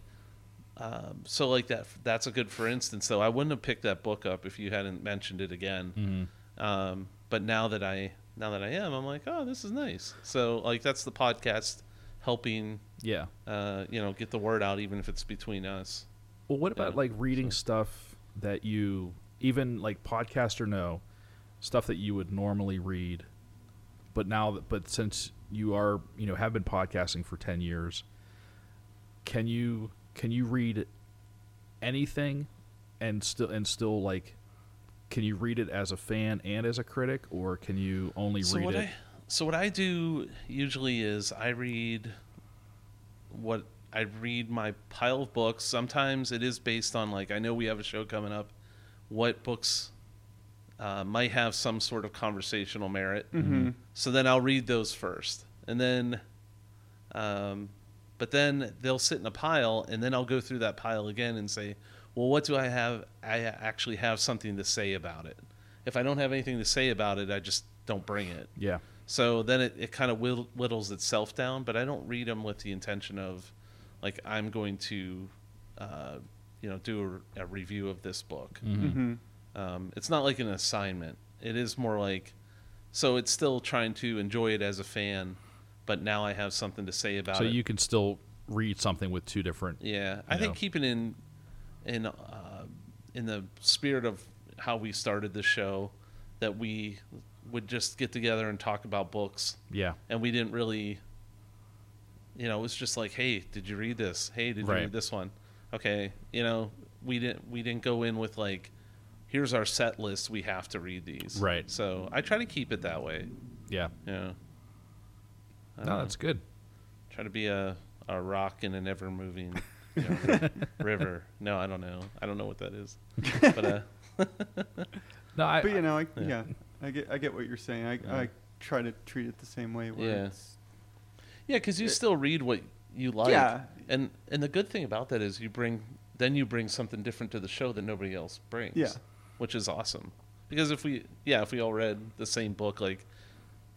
S3: Um, so like that that's a good for instance though i wouldn't have picked that book up if you hadn't mentioned it again
S2: Mhm.
S3: um, but now that I now that I am, I'm like, oh, this is nice. So like that's the podcast helping
S2: yeah.
S3: uh, you know get the word out, even if it's between us.
S2: Well, what about
S3: Yeah,
S2: like reading stuff that you even like podcast or no stuff that you would normally read, but now that but since you are you know have been podcasting for ten years, can you can you read anything and still and still like can you read it as a fan and as a critic or can you only
S3: So
S2: read
S3: what
S2: it?
S3: I so what I do usually is I read what I read my pile of books. Sometimes it is based on like I know we have a show coming up. What books uh, might have some sort of conversational merit?
S4: Mm-hmm.
S3: So then I'll read those first, and then, um, but then they'll sit in a pile, and then I'll go through that pile again and say, well, what do I have? I actually have something to say about it. If I don't have anything to say about it, I just don't bring it.
S2: yeah.
S3: So then it, it kind of whittles itself down, but I don't read them with the intention of, like, I'm going to, uh, you know, do a, a review of this book.
S4: Mm-hmm.
S3: Um, it's not like an assignment. It is more like, so it's still trying to enjoy it as a fan, but now I have something to say about
S2: So
S3: it.
S2: you can still read something with two different
S3: yeah, I
S2: you
S3: think
S2: know.
S3: keeping in, in, uh, in the spirit of how we started the show, that we would just get together and talk about books,
S2: yeah.
S3: and we didn't really, you know, it was just like, hey, did you read this? Hey, did you
S2: Right.
S3: read this one? Okay, you know, we didn't we didn't go in with like, here's our set list. We have to read these.
S2: Right.
S3: So I try to keep it that way.
S2: Yeah.
S3: You know, I
S2: No,
S3: don't know.
S2: that's good.
S3: try to be a a rock in an ever moving river. No, I don't know. I don't know what that is. But uh,
S2: No, I,
S4: but you know, I,
S3: yeah.
S4: yeah. I get I get what you're saying. I,
S3: Yeah.
S4: I try to treat it the same way. Where
S3: Yeah.
S4: It's,
S3: yeah, because you still read what you like.
S4: Yeah.
S3: And and the good thing about that is you bring then you bring something different to the show that nobody else brings.
S4: Yeah.
S3: Which is awesome. Because if we yeah, if we all read the same book, like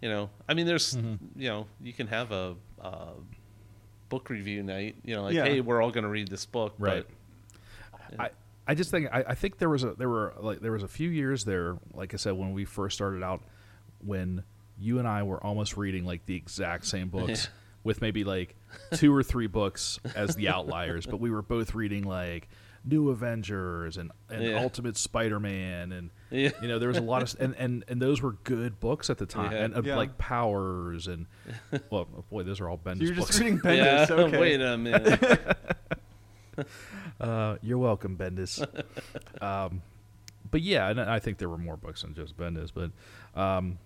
S3: you know, I mean there's you know, you can have a, uh book review night, you know, like,
S4: Yeah.
S3: hey, we're all gonna read this book.
S2: Right.
S3: But,
S2: I, I just think I, I think there was a there were like there was a few years there, like I said, when we first started out, when you and I were almost reading like the exact same books
S3: Yeah.
S2: with maybe like two or three books as the outliers, but we were both reading like New Avengers and, and
S3: Yeah.
S2: Ultimate Spider Man and
S3: Yeah.
S2: you know, there was a lot of and, and, and those were good books at the time.
S3: Yeah.
S2: And uh,
S4: Yeah.
S2: like powers and well boy, those are all Bender's
S4: you're just
S2: books.
S4: reading
S3: yeah,
S4: Bendis. okay.
S3: wait a minute.
S2: Uh, you're welcome, Bendis. um, but yeah, and I think there were more books than just Bendis, but um,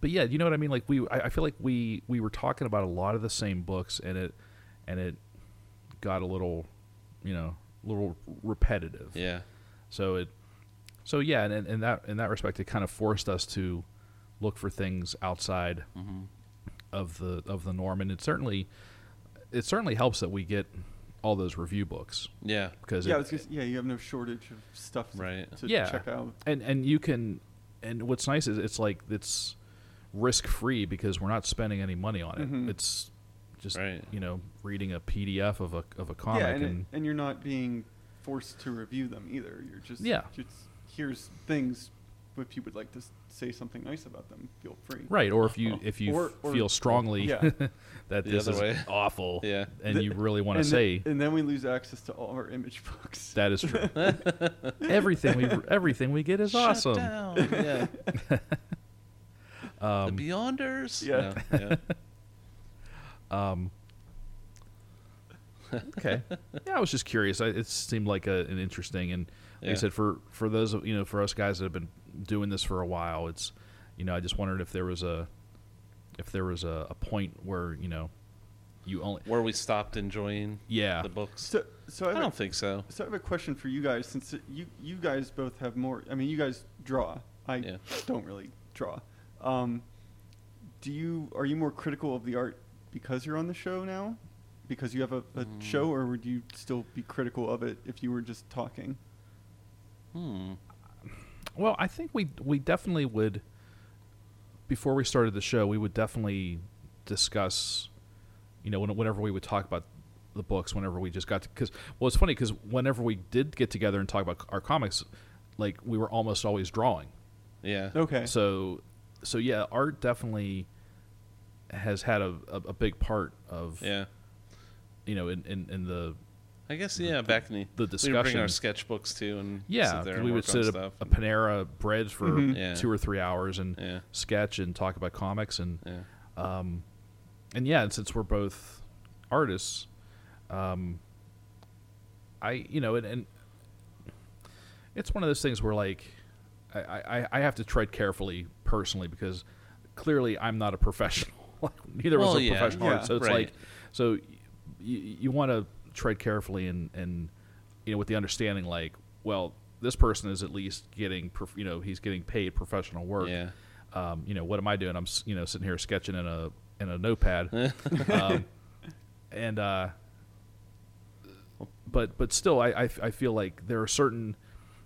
S2: but yeah, you know what I mean. Like we, I, I feel like we we were talking about a lot of the same books, and it and it got a little, you know, little repetitive.
S3: yeah.
S2: So it, so yeah, and in that in that respect, it kind of forced us to look for things outside of the of the norm, and it certainly it certainly helps that we get all those review books
S3: Yeah.
S2: because
S4: Yeah, I
S2: it,
S4: was gonna, s- yeah, you have no shortage of stuff to,
S3: Right.
S4: to
S2: Yeah.
S4: check out.
S2: and and you can and what's nice is it's like it's risk free because we're not spending any money on it
S4: Mhm.
S2: it's just
S3: Right.
S2: you know reading a pdf of a of a comic
S4: yeah,
S2: and,
S4: and, it, and you're not being forced to review them either. You're just
S2: Yeah.
S4: Just here's things if you would like to s- say something nice about them, feel free.
S2: Right, or if you if you
S4: Or- or-
S2: feel strongly
S4: yeah.
S2: that
S3: The
S2: this
S3: other
S2: is
S3: way.
S2: awful,
S3: Yeah.
S2: and
S4: The-
S2: you really want
S4: and
S2: to say
S4: Then, and then we lose access to all of our image books.
S2: that is true, everything we everything we get is
S3: Shut
S2: awesome.
S3: down, Yeah.
S2: Um,
S3: the Beyonders.
S4: yeah.
S3: No, yeah.
S2: Okay, yeah, I was just curious. I, it seemed like a, an interesting and like
S3: Yeah.
S2: I said for for those of you know for us guys that have been doing this for a while, it's you know I just wondered if there was a if there was a, a point where you know you only
S3: Where we stopped enjoying
S2: yeah
S3: the books.
S4: So, so I,
S3: I
S4: have a,
S3: don't think so.
S4: so I have a question for you guys, since it- you you guys both have more. I mean, you guys draw. I
S3: Yeah.
S4: don't really draw. Um, do you are you more critical of the art because you're on the show now, because you have a, a
S3: Mm.
S4: show, or would you still be critical of it if you were just talking?
S3: Hmm.
S2: Well, I think we we definitely would. Before we started the show, we would definitely discuss, you know, when, whenever we would talk about the books, whenever we just got to because well, it's funny because whenever we did get together and talk about our comics, like we were almost always drawing.
S3: Yeah.
S4: Okay.
S2: So, so yeah, art definitely has had a, a, a big part of
S3: Yeah.
S2: you know in, in, in the
S3: I guess yeah. Back in
S2: the
S3: we would bring
S2: discussion.
S3: our sketchbooks too, and
S2: yeah
S3: sit there
S2: 'cause
S3: and
S2: we
S3: work
S2: would sit
S3: on
S2: at a,
S3: stuff.
S2: a Panera Bread for
S4: Mhm.
S3: Yeah.
S2: two or three hours and
S3: Yeah.
S2: sketch and talk about comics and
S3: yeah.
S2: and yeah, and since we're both artists, um, I you know, and, and it's one of those things where like I, I, I have to tread carefully personally because clearly I'm not a professional. Neither of
S3: Well,
S2: us are
S3: yeah.
S2: professional
S4: Yeah.
S2: artists, so it's
S3: Right.
S2: like so y- y- you want to tread carefully and and you know with the understanding like well this person is at least getting prof- you know he's getting paid professional work
S3: Yeah.
S2: um, you know, what am I doing? I'm s- you know sitting here sketching in a in a notepad, um, and uh, but but still, I, I f- I feel like there are certain,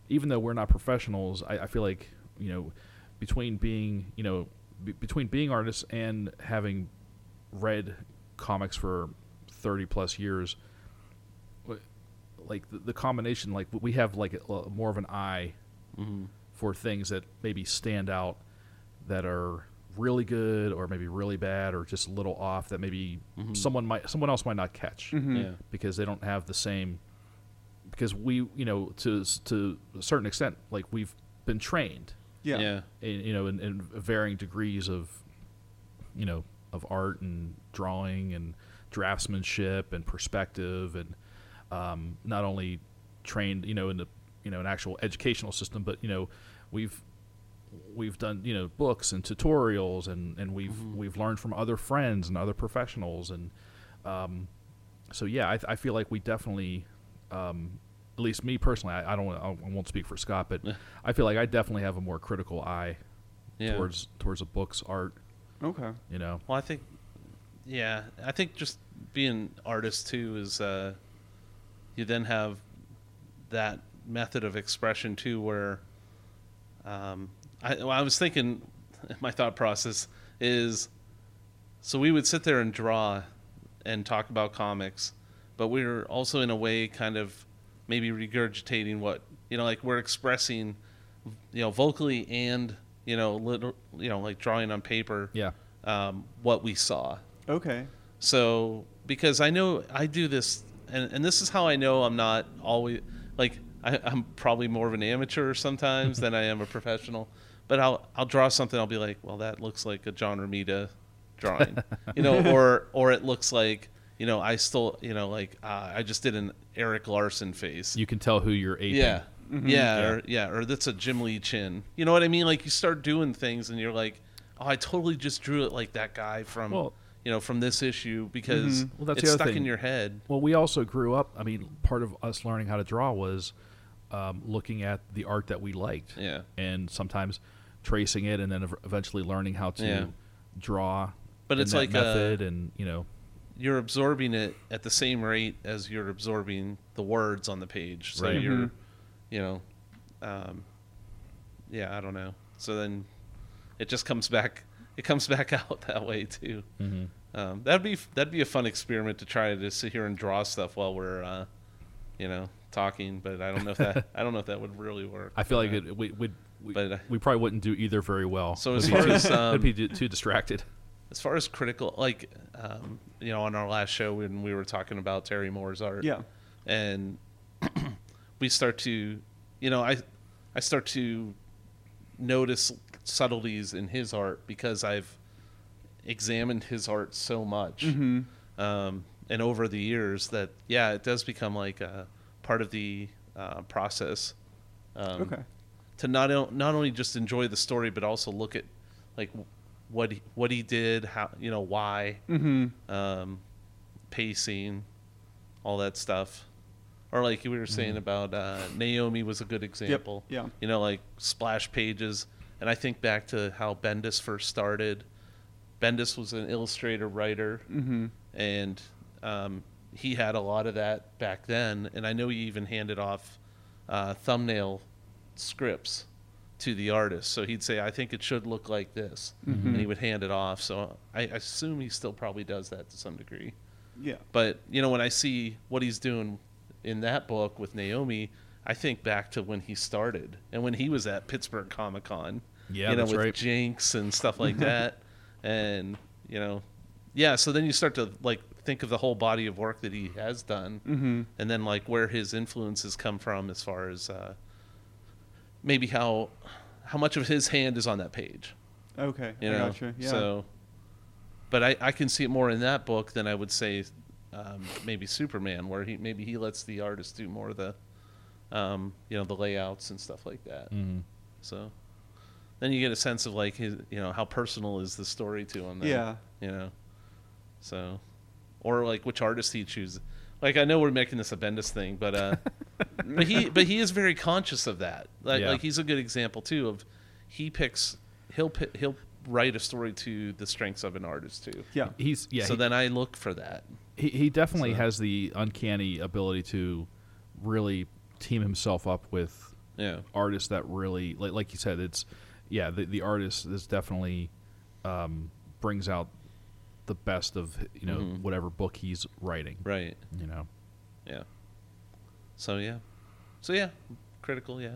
S2: even though we're not professionals, I, I feel like you know between being you know be between being artists and having read comics for thirty plus years, wh- like the, the combination, like we have like a, a- more of an eye for things that maybe stand out that are really good or maybe really bad or just a little off that maybe someone might someone else might not catch
S3: Yeah.
S2: because they don't have the same because we you know to to a certain extent like we've been trained
S4: Yeah.
S3: Yeah.
S2: in, you know in, in varying degrees of you know of art and drawing and draftsmanship and perspective and um, not only trained you know in the you know an actual educational system but you know we've we've done you know books and tutorials and and we've we've learned from other friends and other professionals and um, so yeah, I, th- I feel like we definitely, um, at least me personally, I, I don't, I won't speak for Scott, but I feel like I definitely have a more critical eye
S3: Yeah.
S2: towards towards a book's art.
S4: Okay.
S2: You know,
S3: Well, I think, yeah, I think just being artist too is uh, you then have that method of expression too, where um, I, well, I was thinking, my thought process is, so we would sit there and draw and talk about comics, but we were also in a way kind of maybe regurgitating what you know, like we're expressing, you know, vocally and you know, liter- you know, like drawing on paper
S2: yeah,
S3: um, what we saw.
S4: Okay.
S3: So because I know I do this, and, and this is how I know I'm not always like I, I'm probably more of an amateur sometimes than I am a professional. But I'll I'll draw something. I'll be like, well, that looks like a John Romita drawing, you know, or or it looks like you know I still you know like uh, I just did an Eric Larson face.
S2: you can tell who you're aping.
S3: Yeah. Yeah,
S2: Yeah.
S3: Or, yeah, or that's a Jim Lee chin. You know what I mean? Like you start doing things and you're like, oh, I totally just drew it like that guy from,
S2: Well- Mm-hmm.
S3: you know, from this issue because
S2: Well, that's the
S3: it's
S2: other
S3: stuck
S2: thing.
S3: in your head.
S2: Well, we also grew up. I mean, part of us learning how to draw was um, looking at the art that we liked.
S3: Yeah.
S2: and sometimes tracing it, and then ev- eventually learning how to
S3: Yeah.
S2: draw.
S3: But
S2: in
S3: it's
S2: that
S3: like uh, a-
S2: method, and you know,
S3: You're absorbing it at the same rate as you're absorbing the words on the page. So
S2: Right. Mm-hmm.
S3: you're, you know, um, yeah, I don't know. So then it just comes back. It comes back out that way too.
S2: Mhm.
S3: Um, that'd be that'd be a fun experiment to try to sit here and draw stuff while we're, uh, you know, talking, but I don't know if that I don't know if that would really work.
S2: I feel like
S3: Uh,
S2: it, we would we,
S3: but, uh,
S2: we probably wouldn't do either very well.
S3: So
S2: We'd
S3: as
S2: be
S3: far
S2: too-
S3: as,
S2: we'd
S3: um,
S2: be too- too distracted.
S3: as far as critical, like um, you know, on our last show when we were talking about Terry Moore's art,
S4: Yeah.
S3: and we start to, you know, I I start to notice subtleties in his art because I've examined his art so much,
S4: Mm-hmm.
S3: um, and over the years that yeah, it does become like a part of the uh, process. Um,
S4: okay.
S3: to not o- not only just enjoy the story but also look at like what he, what he did, how you know why,
S4: Mm-hmm.
S3: um, pacing, all that stuff, or like you were saying about uh, Naomi was a good example.
S4: Mm-hmm. yeah.
S3: You know, like splash pages, and I think back to how Bendis first started. Bendis was an illustrator writer,
S4: Mm-hmm.
S3: and um, he had a lot of that back then. And I know he even handed off uh, thumbnail scripts to the artist. So he'd say, "I think it should look like this,"
S4: Mm-hmm.
S3: and he would hand it off. So I assume he still probably does that to some degree.
S4: Yeah.
S3: But you know, when I see what he's doing in that book with Naomi, I think back to when he started and when he was at Pittsburgh Comic Con.
S2: Yeah,
S3: you know,
S2: that's
S3: with
S2: right.
S3: Jinx and stuff like that, and you know, yeah. So then you start to like think of the whole body of work that he has done,
S2: Mm.
S4: Mm-hmm.
S3: and then like where his influences come from as far as uh, maybe how how much of his hand is on that page.
S4: Okay.
S3: You
S4: I
S3: know,
S4: gotcha. Yeah.
S3: so, but I, I can see it more in that book than I would say um, maybe Superman, where he maybe he lets the artist do more of the, um, you know, the layouts and stuff like that.
S2: Mhm.
S3: So, then you get a sense of like his, you know, how personal is the story to him? Then,
S4: Yeah.
S3: You know, so, or like which artist he chooses. Like I know we're making this a Bendis thing, but uh, but he but he is very conscious of that. Like,
S2: Yeah.
S3: like he's a good example too of he picks he'll pi- he'll write a story to the strengths of an artist too.
S4: yeah.
S2: He's yeah.
S3: so
S2: he,
S3: then I look for that.
S2: he, he definitely
S3: so-
S2: has the uncanny ability to really team himself up with
S3: Yeah.
S2: artists that really like, like you said it's yeah the, the artist is definitely um, brings out the best of you know
S3: Mhm.
S2: whatever book he's writing
S3: Right.
S2: you know
S3: Yeah. So yeah. So yeah. Critical. Yeah.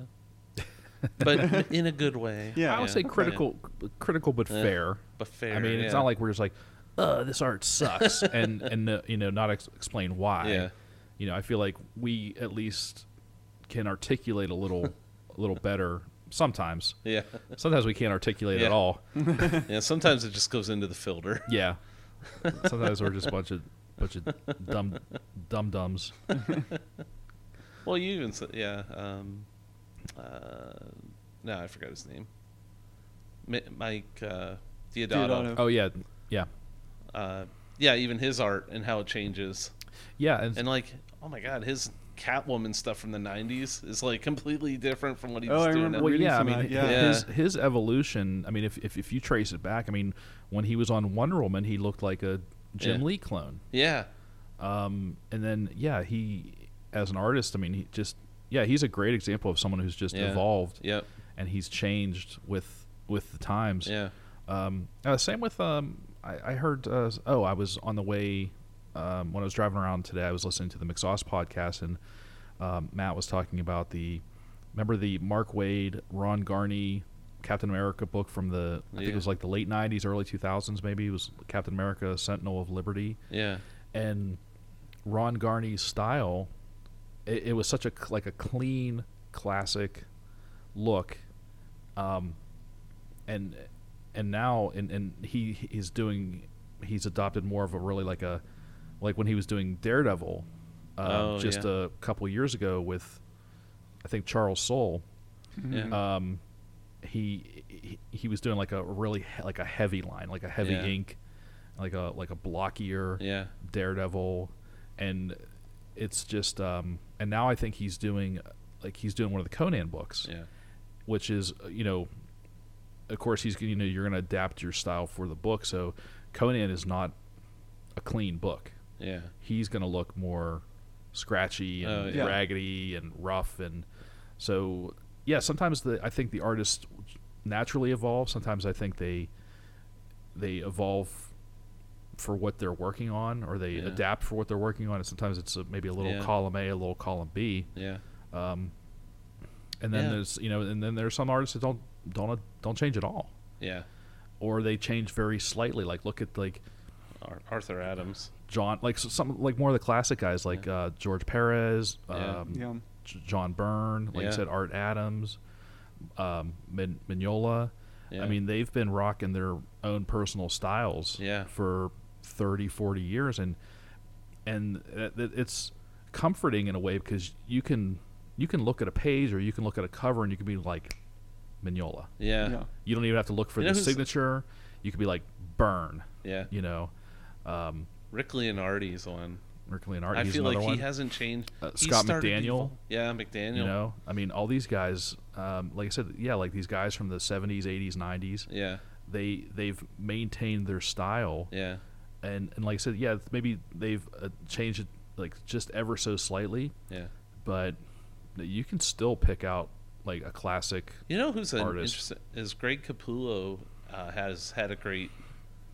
S3: But in a good way.
S4: Yeah.
S2: i would say
S3: Yeah.
S2: critical critical but
S3: Yeah.
S2: fair
S3: But fair.
S2: i mean
S3: yeah.
S2: it's not like we're just like uh this art sucks and and uh, you know not ex- explain why
S3: Yeah.
S2: you know i feel like we at least can articulate a little a little better sometimes
S3: Yeah.
S2: sometimes we can't articulate at
S3: Yeah.
S2: all
S3: Yeah. Sometimes it just goes into the filter.
S2: Yeah. Sometimes we're just a bunch of bunch of dumb dum dums.
S3: Well, you even said, yeah. Um, uh, no, I forgot his name. Mi- Mike uh, Diodato.
S4: Diodato.
S2: Oh yeah, yeah,
S3: Uh, yeah, even his art and how it changes.
S2: yeah. And,
S3: And like, oh my God, his Catwoman stuff from the '90s is like completely different from what he
S4: Oh,
S3: was
S4: I
S3: doing.
S4: remember
S3: at-
S2: well,
S4: reading
S2: yeah. I
S4: some
S2: mean,
S4: of that,
S2: h-
S4: yeah.
S2: his his evolution. I mean, if, if if you trace it back, I mean, when he was on Wonder Woman, he looked like a Jim
S3: Yeah.
S2: Lee clone.
S3: yeah,
S2: Um, and then yeah, he as an artist, I mean, he just yeah, he's a great example of someone who's just
S3: Yeah.
S2: evolved
S3: yep,
S2: and he's changed with with the times.
S3: yeah,
S2: Um, uh, same with um, I, I heard. Uh, s- oh, I was on the way um, when I was driving around today. I was listening to the McSauce podcast, and um, Matt was talking about the remember the Mark Wade, Ron Garney, Captain America book from the I think
S3: Yeah.
S2: it was like the late '90s, early 2000s. Maybe it was Captain America: Sentinel of Liberty,
S3: yeah,
S2: and Ron Garney's style. It, it was such a cl- like a clean, classic look. Um, and and now and and he is doing he's adopted more of a really like a like when he was doing Daredevil um,
S3: Oh,
S2: just
S3: yeah.
S2: a couple years ago with I think Charles Soule
S3: yeah,
S2: um he he, he was doing like a really he- like a heavy line like a heavy
S3: Yeah.
S2: ink like a like a blockier
S3: yeah,
S2: Daredevil, and it's just um, and now I think he's doing like he's doing one of the Conan books,
S3: yeah,
S2: which is uh, you know, of course he's you know you're going to adapt your style for the book. So Conan is not a clean book.
S3: yeah,
S2: He's going to look more scratchy and
S3: Oh, yeah.
S2: raggedy and rough and so yeah. Sometimes the I think the artists naturally evolve. Sometimes I think they they evolve for what they're working on, or they
S3: Yeah.
S2: adapt for what they're working on. And sometimes it's a, maybe a little
S3: Yeah.
S2: column A, a little column B.
S3: Yeah.
S2: Um, and then
S3: Yeah.
S2: there's you know, and then there's some artists that don't don't don't change at all,
S3: Yeah.
S2: or they change very slightly. Like look at like
S3: Ar- Arthur Adams.
S2: John, like so some like more of the classic guys, like uh, George Perez,
S3: Yeah.
S2: um,
S4: Yeah.
S2: J- John Byrne, like
S3: Yeah.
S2: I said, Art Adams, um, Min- Mignola.
S3: Yeah.
S2: I mean, they've been rocking their own personal styles
S3: Yeah.
S2: for 30, 40 years, and and it- it- it's comforting in a way because you can you can look at a page or you can look at a cover and you can be like Mignola.
S3: Yeah.
S4: Yeah.
S3: Yeah.
S2: You don't even have to look for
S3: You know
S2: the
S3: who's-
S2: signature. You could be like Byrne, you know,
S3: Rick Leonardi's one.
S2: Rick Leonard.
S3: I
S2: he's
S3: feel
S2: another
S3: like
S2: one.
S3: he hasn't changed.
S2: Uh,
S3: He
S2: Scott
S3: started
S2: McDaniel,
S3: evil. Yeah, McDaniel.
S2: You know, I mean, all these guys, um, like I said, yeah, like these guys from the '70s, '80s, '90s,
S3: Yeah.
S2: they they've maintained their style,
S3: Yeah.
S2: and and like I said, yeah, maybe they've uh, changed it like just ever so slightly,
S3: Yeah.
S2: but you can still pick out like a classic.
S3: You know who's an
S2: Artist.
S3: interesting is Greg Capullo uh, has had a great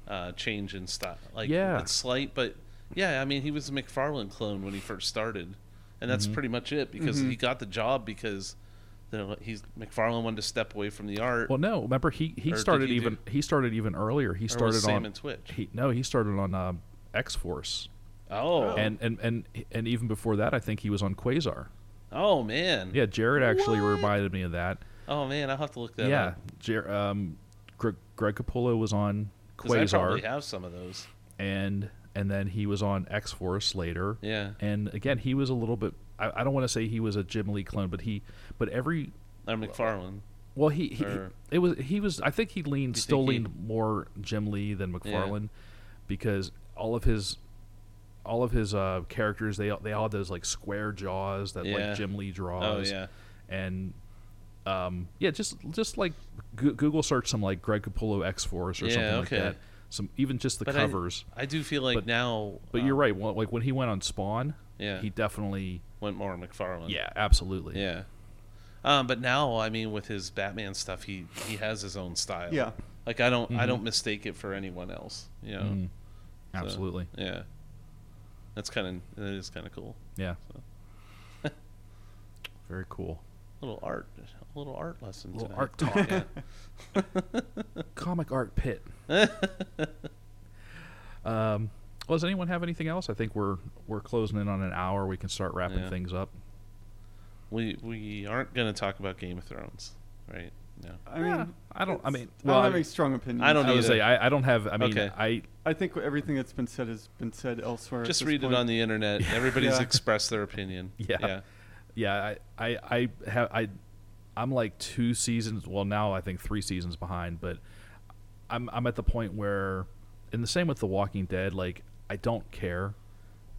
S3: uh, change in style. Like
S2: Yeah.
S3: it's slight, but yeah, I mean he was a McFarlane clone when he first started, and that's
S2: Mm-hmm.
S3: pretty much it because he got the job because you know, he's McFarlane wanted to step away from the art.
S2: Well, no, remember he he
S3: Or did
S2: started
S3: he
S2: even
S3: do-
S2: he started even earlier. He
S3: or was
S2: started
S3: Sam
S2: on
S3: and Twitch.
S2: he no he started on um, X Force,
S3: oh,
S2: and and and and even before that, I think he was on Quasar.
S3: oh man,
S2: Yeah, Jared actually
S3: What?
S2: reminded me of that.
S3: oh man, I'll have to look that
S2: yeah,
S3: up.
S2: Jer- um, Greg, Greg Capullo was on
S3: 'Cause I probably
S2: Quasar,
S3: have some of those.
S2: and and then he was on X Force later.
S3: Yeah,
S2: And again, he was a little bit. I, I don't want to say he was a Jim Lee clone, but he, but every
S3: or McFarlane.
S2: well, he, he
S3: Or-
S2: it was he was. I think he leaned
S3: You
S2: still
S3: think he-
S2: leaned more Jim Lee than McFarlane, because all of his. All of his uh, characters, they all- they all had those like square jaws that
S3: Yeah.
S2: like Jim Lee
S3: Oh
S2: draws
S3: yeah,
S2: and um, yeah, just just like Goo- Google search some like Greg Capullo X Force or
S3: Yeah,
S2: something
S3: okay.
S2: like that. Some even just the
S3: But I-
S2: covers.
S3: I do feel like
S2: But-
S3: now.
S2: but
S3: uh,
S2: you're right. Well, like when he went on Spawn,
S3: Yeah.
S2: he definitely
S3: Went more McFarlane.
S2: yeah, absolutely.
S3: Yeah. Um, but now, I mean, with his Batman stuff, he he has his own style.
S4: Yeah.
S3: Like I don't
S2: Mm-hmm.
S3: I don't mistake it for anyone else. You know.
S2: Mhm.
S3: So,
S2: absolutely.
S3: yeah. That's kind of that is kind of cool.
S2: Yeah.
S3: So.
S2: Very cool.
S3: Little art, a little art lesson.
S2: Little
S3: tonight.
S2: art talk.
S3: Yeah.
S2: Comic art pit. um, well, does anyone have anything else? I think we're we're closing in on an hour. We can start wrapping
S3: Yeah.
S2: things up.
S3: we we aren't gonna talk about Game of Thrones, right? No.
S4: I mean,
S2: Yeah, I don't. I
S4: it's-
S2: mean,
S4: I
S2: well,
S4: don't have
S2: I,
S4: any strong opinion.
S3: I don't
S2: I would
S3: either.
S2: say I, I don't have. I mean,
S3: Okay.
S2: I
S4: I think everything that's been said has been said elsewhere. at
S3: Just
S4: this
S3: read
S4: point.
S3: it on the internet. Everybody's
S4: Yeah.
S3: expressed their opinion.
S2: Yeah. Yeah, I, I, I have, I, I'm like two seasons. Well, now I think three seasons behind, but I'm, I'm at the point where, and the same with The Walking Dead. Like, I don't care.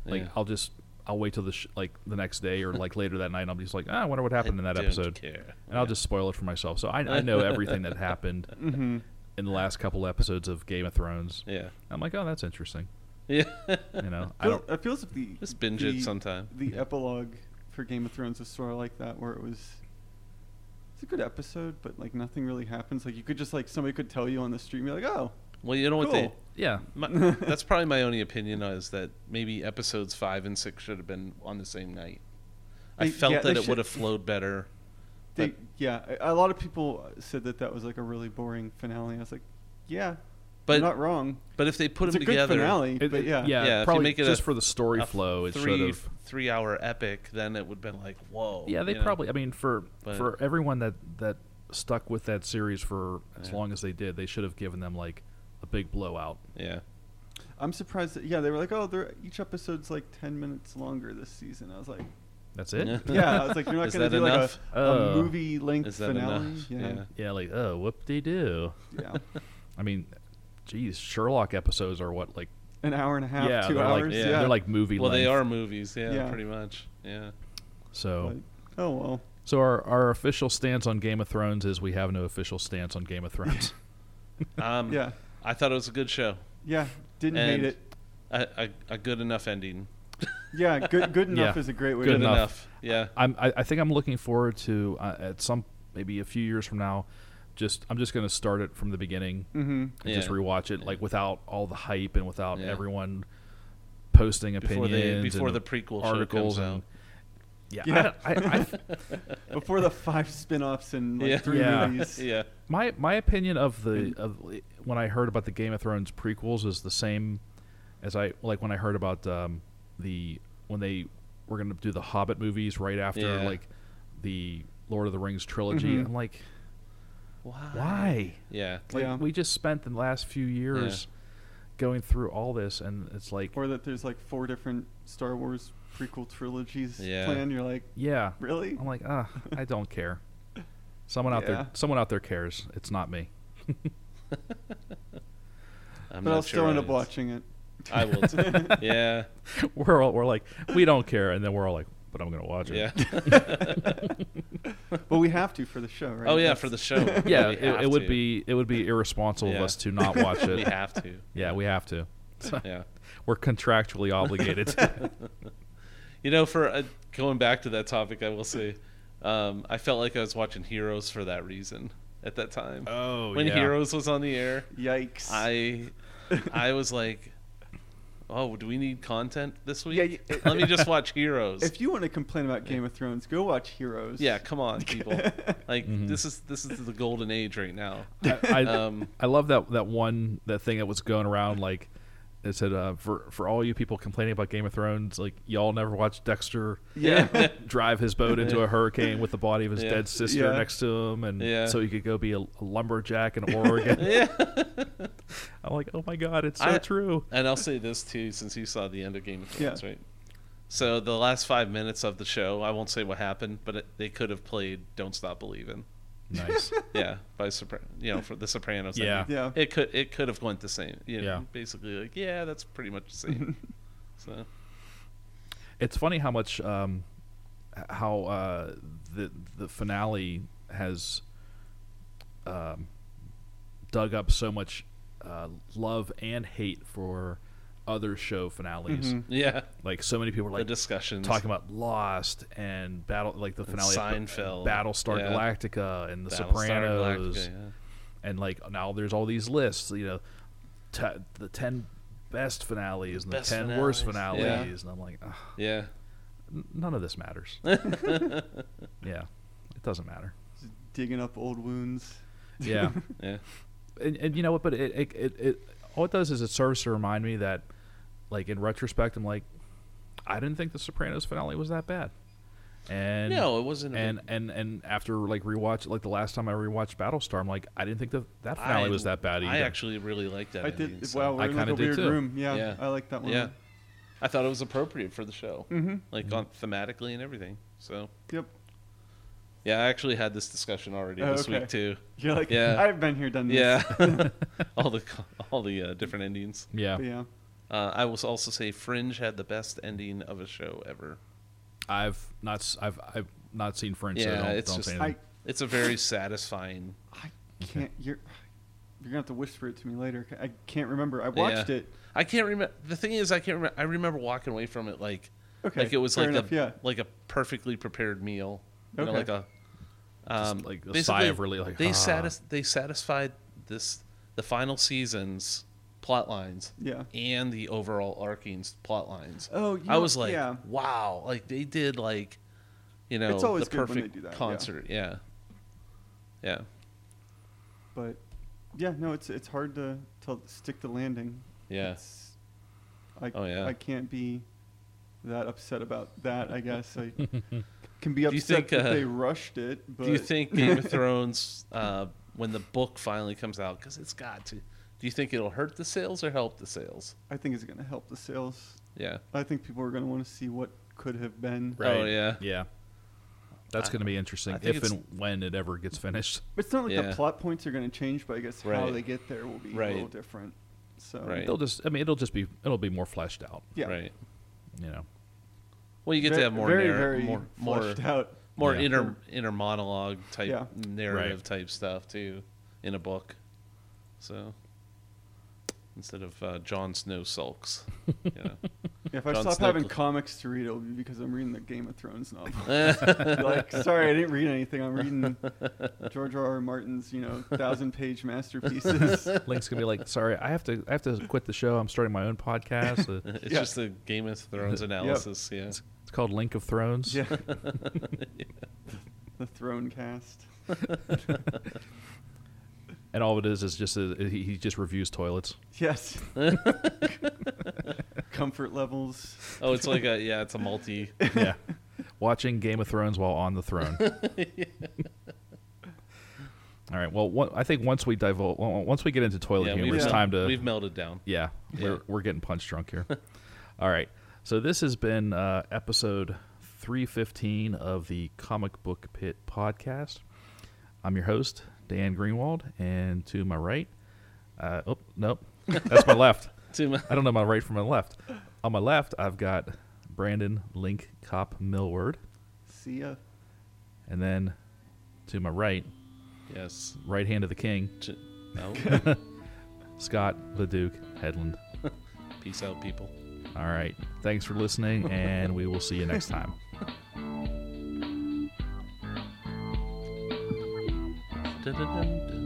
S2: Like,
S3: Yeah.
S2: I'll just, I'll wait till the sh- like the next day or like later that night. and I'll be just like, ah, I wonder what happened in that
S3: don't
S2: episode,
S3: care.
S2: and I'll just spoil it for myself. So I, I know everything that happened
S4: Mm-hmm.
S2: in the last couple episodes of Game of Thrones.
S3: Yeah.
S2: I'm like, oh, that's interesting.
S3: Yeah.
S2: You know, I
S4: Feel-
S2: don't.
S4: It feels like the
S3: Just binge
S4: the,
S3: it sometime.
S4: The epilogue for Game of Thrones is sort of like that, where it was. It's a good episode, but like nothing really happens. Like you could just like somebody could tell you on the street, and be like, "Oh,
S3: Well, you know what they
S4: Cool.
S2: Yeah,
S3: My, that's probably my only opinion is that maybe episodes five and six should have been on the same night. I
S4: They-
S3: felt
S4: yeah, they
S3: that it
S4: should-
S3: would have flowed better.
S4: they,
S3: But-
S4: yeah." A, a lot of people said that that was like a really boring finale. I was like, "Yeah,
S3: But-
S4: you're not wrong.
S3: But if they put
S4: it's a
S3: them
S4: good
S3: together,
S4: finale,
S2: It-
S4: but
S2: it-
S4: yeah,
S2: yeah.
S3: Yeah, if you
S2: probably
S3: make it
S2: just
S3: a-
S2: for the story
S3: a
S2: flow, it should
S3: three
S2: have.
S3: three hour epic, then it would have been like whoa.
S2: Yeah, they
S3: you know?
S2: probably. I mean, for
S3: But-
S2: for everyone that that stuck with that series for as
S3: Yeah.
S2: long as they did, they should have given them like a big blowout.
S3: Yeah,
S4: I'm surprised. That, yeah, they were like, "Oh, they're, each episode's like ten minutes longer this season." I was like,
S2: That's it.
S3: Yeah.
S4: "Yeah." I was like, "You're not
S3: Is
S4: going
S3: that
S4: to do
S3: enough?
S4: like a,
S2: Oh.
S4: a movie length
S3: is that
S4: finale."
S3: enough?
S4: Yeah,
S2: yeah, like oh, whoop de do.
S4: yeah,
S2: I mean, geez, Sherlock episodes are what like
S4: an hour and a half,
S2: yeah,
S4: two
S2: they're
S4: hours.
S2: like
S3: yeah.
S2: they're like movie.
S3: Well, they
S2: length.
S3: are movies. Yeah,
S4: Yeah.
S3: pretty much. Yeah.
S2: So
S4: Like, oh well.
S2: so our our official stance on Game of Thrones is we have no official stance on Game of Thrones.
S3: Um,
S4: Yeah.
S3: I thought it was a good show.
S4: Yeah. Didn't
S3: And-
S4: hate it.
S3: A, a, a good enough ending.
S4: Yeah. Good. Good enough
S2: Yeah,
S4: is a great way
S2: good
S4: to
S2: enough.
S3: Yeah.
S2: I'm, I, I think I'm looking forward to uh, at some maybe a few years from now just I'm just gonna start it from the beginning
S4: hmm
S2: and just
S3: Yeah.
S2: rewatch it like without all the hype and without
S3: Yeah.
S2: everyone posting
S3: before
S2: opinions
S3: they before
S2: and
S3: the prequel
S2: articles
S3: show
S2: and
S3: comes
S2: yeah,
S4: Yeah.
S2: I, I, I,
S4: Before the five spin-offs and like
S3: Yeah.
S4: three
S2: Yeah.
S4: movies.
S3: out. Yeah.
S2: my my opinion of the of when I heard about the Game of Thrones prequels is the same as I like when I heard about um, the when they were going to do the Hobbit movies right after
S3: Yeah. Mm-hmm.
S2: like the Lord of the Rings trilogy.
S4: Mhm.
S2: I'm like,
S3: Why?
S2: why?
S3: Yeah.
S2: Like
S4: Yeah.
S2: we just spent the last few years going through all this, and it's like,
S4: Or that there's like four different Star Wars prequel trilogies
S3: Yeah.
S4: planned. You're like,
S2: yeah,
S4: really?
S2: I'm like, ah, I don't care. Someone out
S4: Yeah.
S2: there, someone out there cares. It's not me.
S3: I'm
S4: but
S3: not
S4: I'll
S3: sure
S4: still end
S3: I-
S4: up watching it.
S3: I will. Too. yeah.
S2: we're all, we're like, we don't care, and then we're all like, but I'm gonna watch it.
S3: Yeah.
S4: But we have to for the show, right?
S3: Oh yeah,
S4: That's-
S3: for the show.
S2: yeah,
S3: We
S2: it,
S3: have
S2: it would
S3: to.
S2: be it would be irresponsible
S3: Yeah.
S2: of us to not watch
S3: We
S2: it.
S3: have to.
S2: yeah, we have to. So,
S3: Yeah.
S2: We're contractually obligated. to.
S3: You know, for uh, going back to that topic, I will say, um, I felt like I was watching Heroes for that reason at that time.
S2: oh,
S3: when Heroes was on the air,
S4: Yikes.
S3: I, I was like, oh, do we need content this week?
S4: Yeah, you-
S3: Let me just watch Heroes.
S4: if you want to complain about Game of Thrones, go watch Heroes.
S3: yeah, come on, people. Like
S2: Mhm.
S3: this is this is the golden age right now.
S2: I, I,
S3: Um,
S2: I love that that one that thing that was going around like it said uh, for for all you people complaining about Game of Thrones, like y'all never watched Dexter
S4: Yeah.
S3: yeah.
S2: drive his boat into a hurricane with the body of his
S3: Yeah.
S2: dead sister
S4: Yeah.
S2: next to him, and
S3: Yeah.
S2: so he could go be a, a lumberjack in Oregon.
S3: yeah.
S2: I'm like, oh my god, it's so
S3: I-
S2: true.
S3: And I'll say this too, since you saw the end of Game of Thrones,
S4: Yeah.
S3: right? So the last five minutes of the show, I won't say what happened, but it, they could have played "Don't Stop Believing."
S2: Nice.
S3: Yeah, by Sopra- you know for the Sopranos. I
S2: Yeah.
S3: mean.
S4: Yeah.
S3: It could it could have went the same. You know,
S2: Yeah.
S3: basically like yeah, that's pretty much the same. so
S2: it's funny how much um, h- how uh, the the finale has um, dug up so much uh, love and hate for other show finales.
S4: Mhm.
S3: yeah,
S2: Like so many people are
S3: Mm-hmm. the
S2: like
S3: discussions
S2: talking about Lost and Battle, like the
S3: And
S2: finale, of
S3: Seinfeld.
S2: Battlestar
S3: Yeah.
S2: Galactica and The
S3: Battlestar
S2: Sopranos,
S3: Galactica,
S2: and like now there's all these lists. You know, te- the ten best finales and
S3: Best
S2: the ten worst
S3: finales.
S2: finales,
S4: Yeah.
S2: and I'm like. ugh
S3: yeah.
S2: n- none of this matters. yeah, it doesn't matter.
S4: Just digging up old wounds.
S2: Yeah,
S3: yeah, yeah,
S2: and, and you know what? But it, it it it all it does is it serves to remind me that, like in retrospect, I'm like, I didn't think the Sopranos finale was that bad. And
S3: No, it wasn't a
S2: And,
S3: big-
S2: and and after like rewatch like the last time I rewatched Battlestar, I'm like, I didn't think that that finale
S3: I-
S2: was that bad either.
S3: I actually really liked that.
S4: I
S3: ending,
S4: did.
S3: so-
S4: Wow, we're
S2: I
S4: in like
S2: kinda
S4: a
S2: did
S4: weird
S2: too.
S4: room. Yeah,
S3: Yeah.
S4: I like that one.
S3: Yeah, I thought it was appropriate for the show,
S4: Mm-hmm.
S3: like on thematically and everything. So
S4: Yep.
S3: yeah, I actually had this discussion already
S4: Oh,
S3: this
S4: okay.
S3: week too.
S4: You're like,
S3: Yeah.
S4: I've been here, done this.
S3: Yeah, all the all the uh, different endings.
S2: yeah,
S4: But yeah.
S3: Uh, I will also say Fringe had the best ending of a show ever.
S2: I've not s- I've I've not seen French. so
S3: Yeah,
S2: don't,
S3: it's
S2: don't
S3: just- Oh,
S2: say
S4: I,
S2: anything.
S3: It's a very satisfying.
S4: I can't. You're, you're gonna have to whisper it to me later. I can't remember. I watched
S3: Yeah.
S4: it.
S3: I can't remember. The thing is, I can't remember. I remember walking away from it like,
S4: Okay.
S3: like it was
S4: fair
S3: like
S4: enough,
S3: a
S4: yeah.
S3: like a perfectly prepared meal. You know,
S4: Okay.
S3: like a um,
S2: like a sigh
S3: basically,
S2: of relief, like,
S3: they
S2: ah.
S3: satis- they satisfied this the final season's plot lines.
S4: Yeah.
S3: and the overall arcing plot lines.
S4: Oh, you
S3: I
S4: know-
S3: was like,
S4: yeah.
S3: wow, like they did like, you know,
S4: It's always
S3: the
S4: good when
S3: perfect
S4: they do that, yeah.
S3: concert. Yeah. yeah,
S4: But yeah, no, it's it's hard to, to stick the landing.
S3: yeah,
S4: It's, I,
S3: Oh, yeah.
S4: I can't be that upset about that. I guess I can be upset
S3: you think,
S4: that
S3: uh,
S4: they rushed it. But
S3: Do you think Game of Thrones, uh, when the book finally comes out, because it's got to, do you think it'll hurt the sales or help the sales?
S4: I think it's going to help the sales.
S3: Yeah,
S4: I think people are going to want to see what could have been.
S3: Right. Oh, yeah.
S2: yeah. That's
S3: I-
S2: going to be interesting
S3: I think
S2: if
S3: it's-
S2: and when it ever gets finished.
S4: It's not like
S3: Yeah.
S4: the plot points are going to change, but I guess how
S3: Right.
S4: they get there will be a
S3: Right.
S4: little different. So
S3: Right.
S2: They'll just I mean it'll just be it'll be more fleshed out.
S4: yeah,
S3: right.
S2: You know.
S3: Well, you get
S4: Ve-
S3: to have more
S4: very
S3: narr-
S4: very
S3: more more
S4: fleshed out.
S3: more
S2: Yeah.
S3: inner inner monologue type
S4: Yeah.
S3: narrative type stuff too in a book. So instead of uh, Jon Snow sulks, you know.
S4: If I
S3: Jon
S4: stop
S3: Snow
S4: having
S3: cl-
S4: comics to read, it'll be because I'm reading the Game of Thrones novel. like, sorry, I didn't read anything. I'm reading George R. R. Martin's, you know, thousand-page masterpieces.
S2: Link's gonna be like, "Sorry, I have to, I have to quit the show. I'm starting my own podcast. Uh,
S3: It's
S4: Yeah.
S3: just a Game of Thrones analysis. Yeah.
S2: it's, it's called Link of Thrones."
S4: yeah, the Throne Cast.
S2: And all it is is just a, he, he just reviews toilets.
S4: Yes. Comfort levels.
S3: oh, it's like a yeah, it's a multi.
S2: yeah, watching Game of Thrones while on the throne. All right. Well, one, I think once we divulge, once we get into toilet
S3: yeah,
S2: humor,
S3: we've,
S2: it's
S4: mel-
S2: time to
S3: we've melted down.
S2: Yeah, we're we're getting punch drunk here. All right, so this has been uh, episode three fifteen of the Comic Book Pit podcast. I'm your host Dan Greenwald, and to my right, uh, oh nope, that's my left.
S3: Too much.
S2: I don't know my right from my left. On my left, I've got Brandon Link Cop Millward,
S4: See ya.
S2: and then to my right,
S3: Yes.
S2: right hand of the king,
S3: Ch- No.
S2: Scott the Duke Headland.
S3: Peace out, people.
S2: All right, thanks for listening, and we will see you next time.
S3: Dun, dun, dun, dun.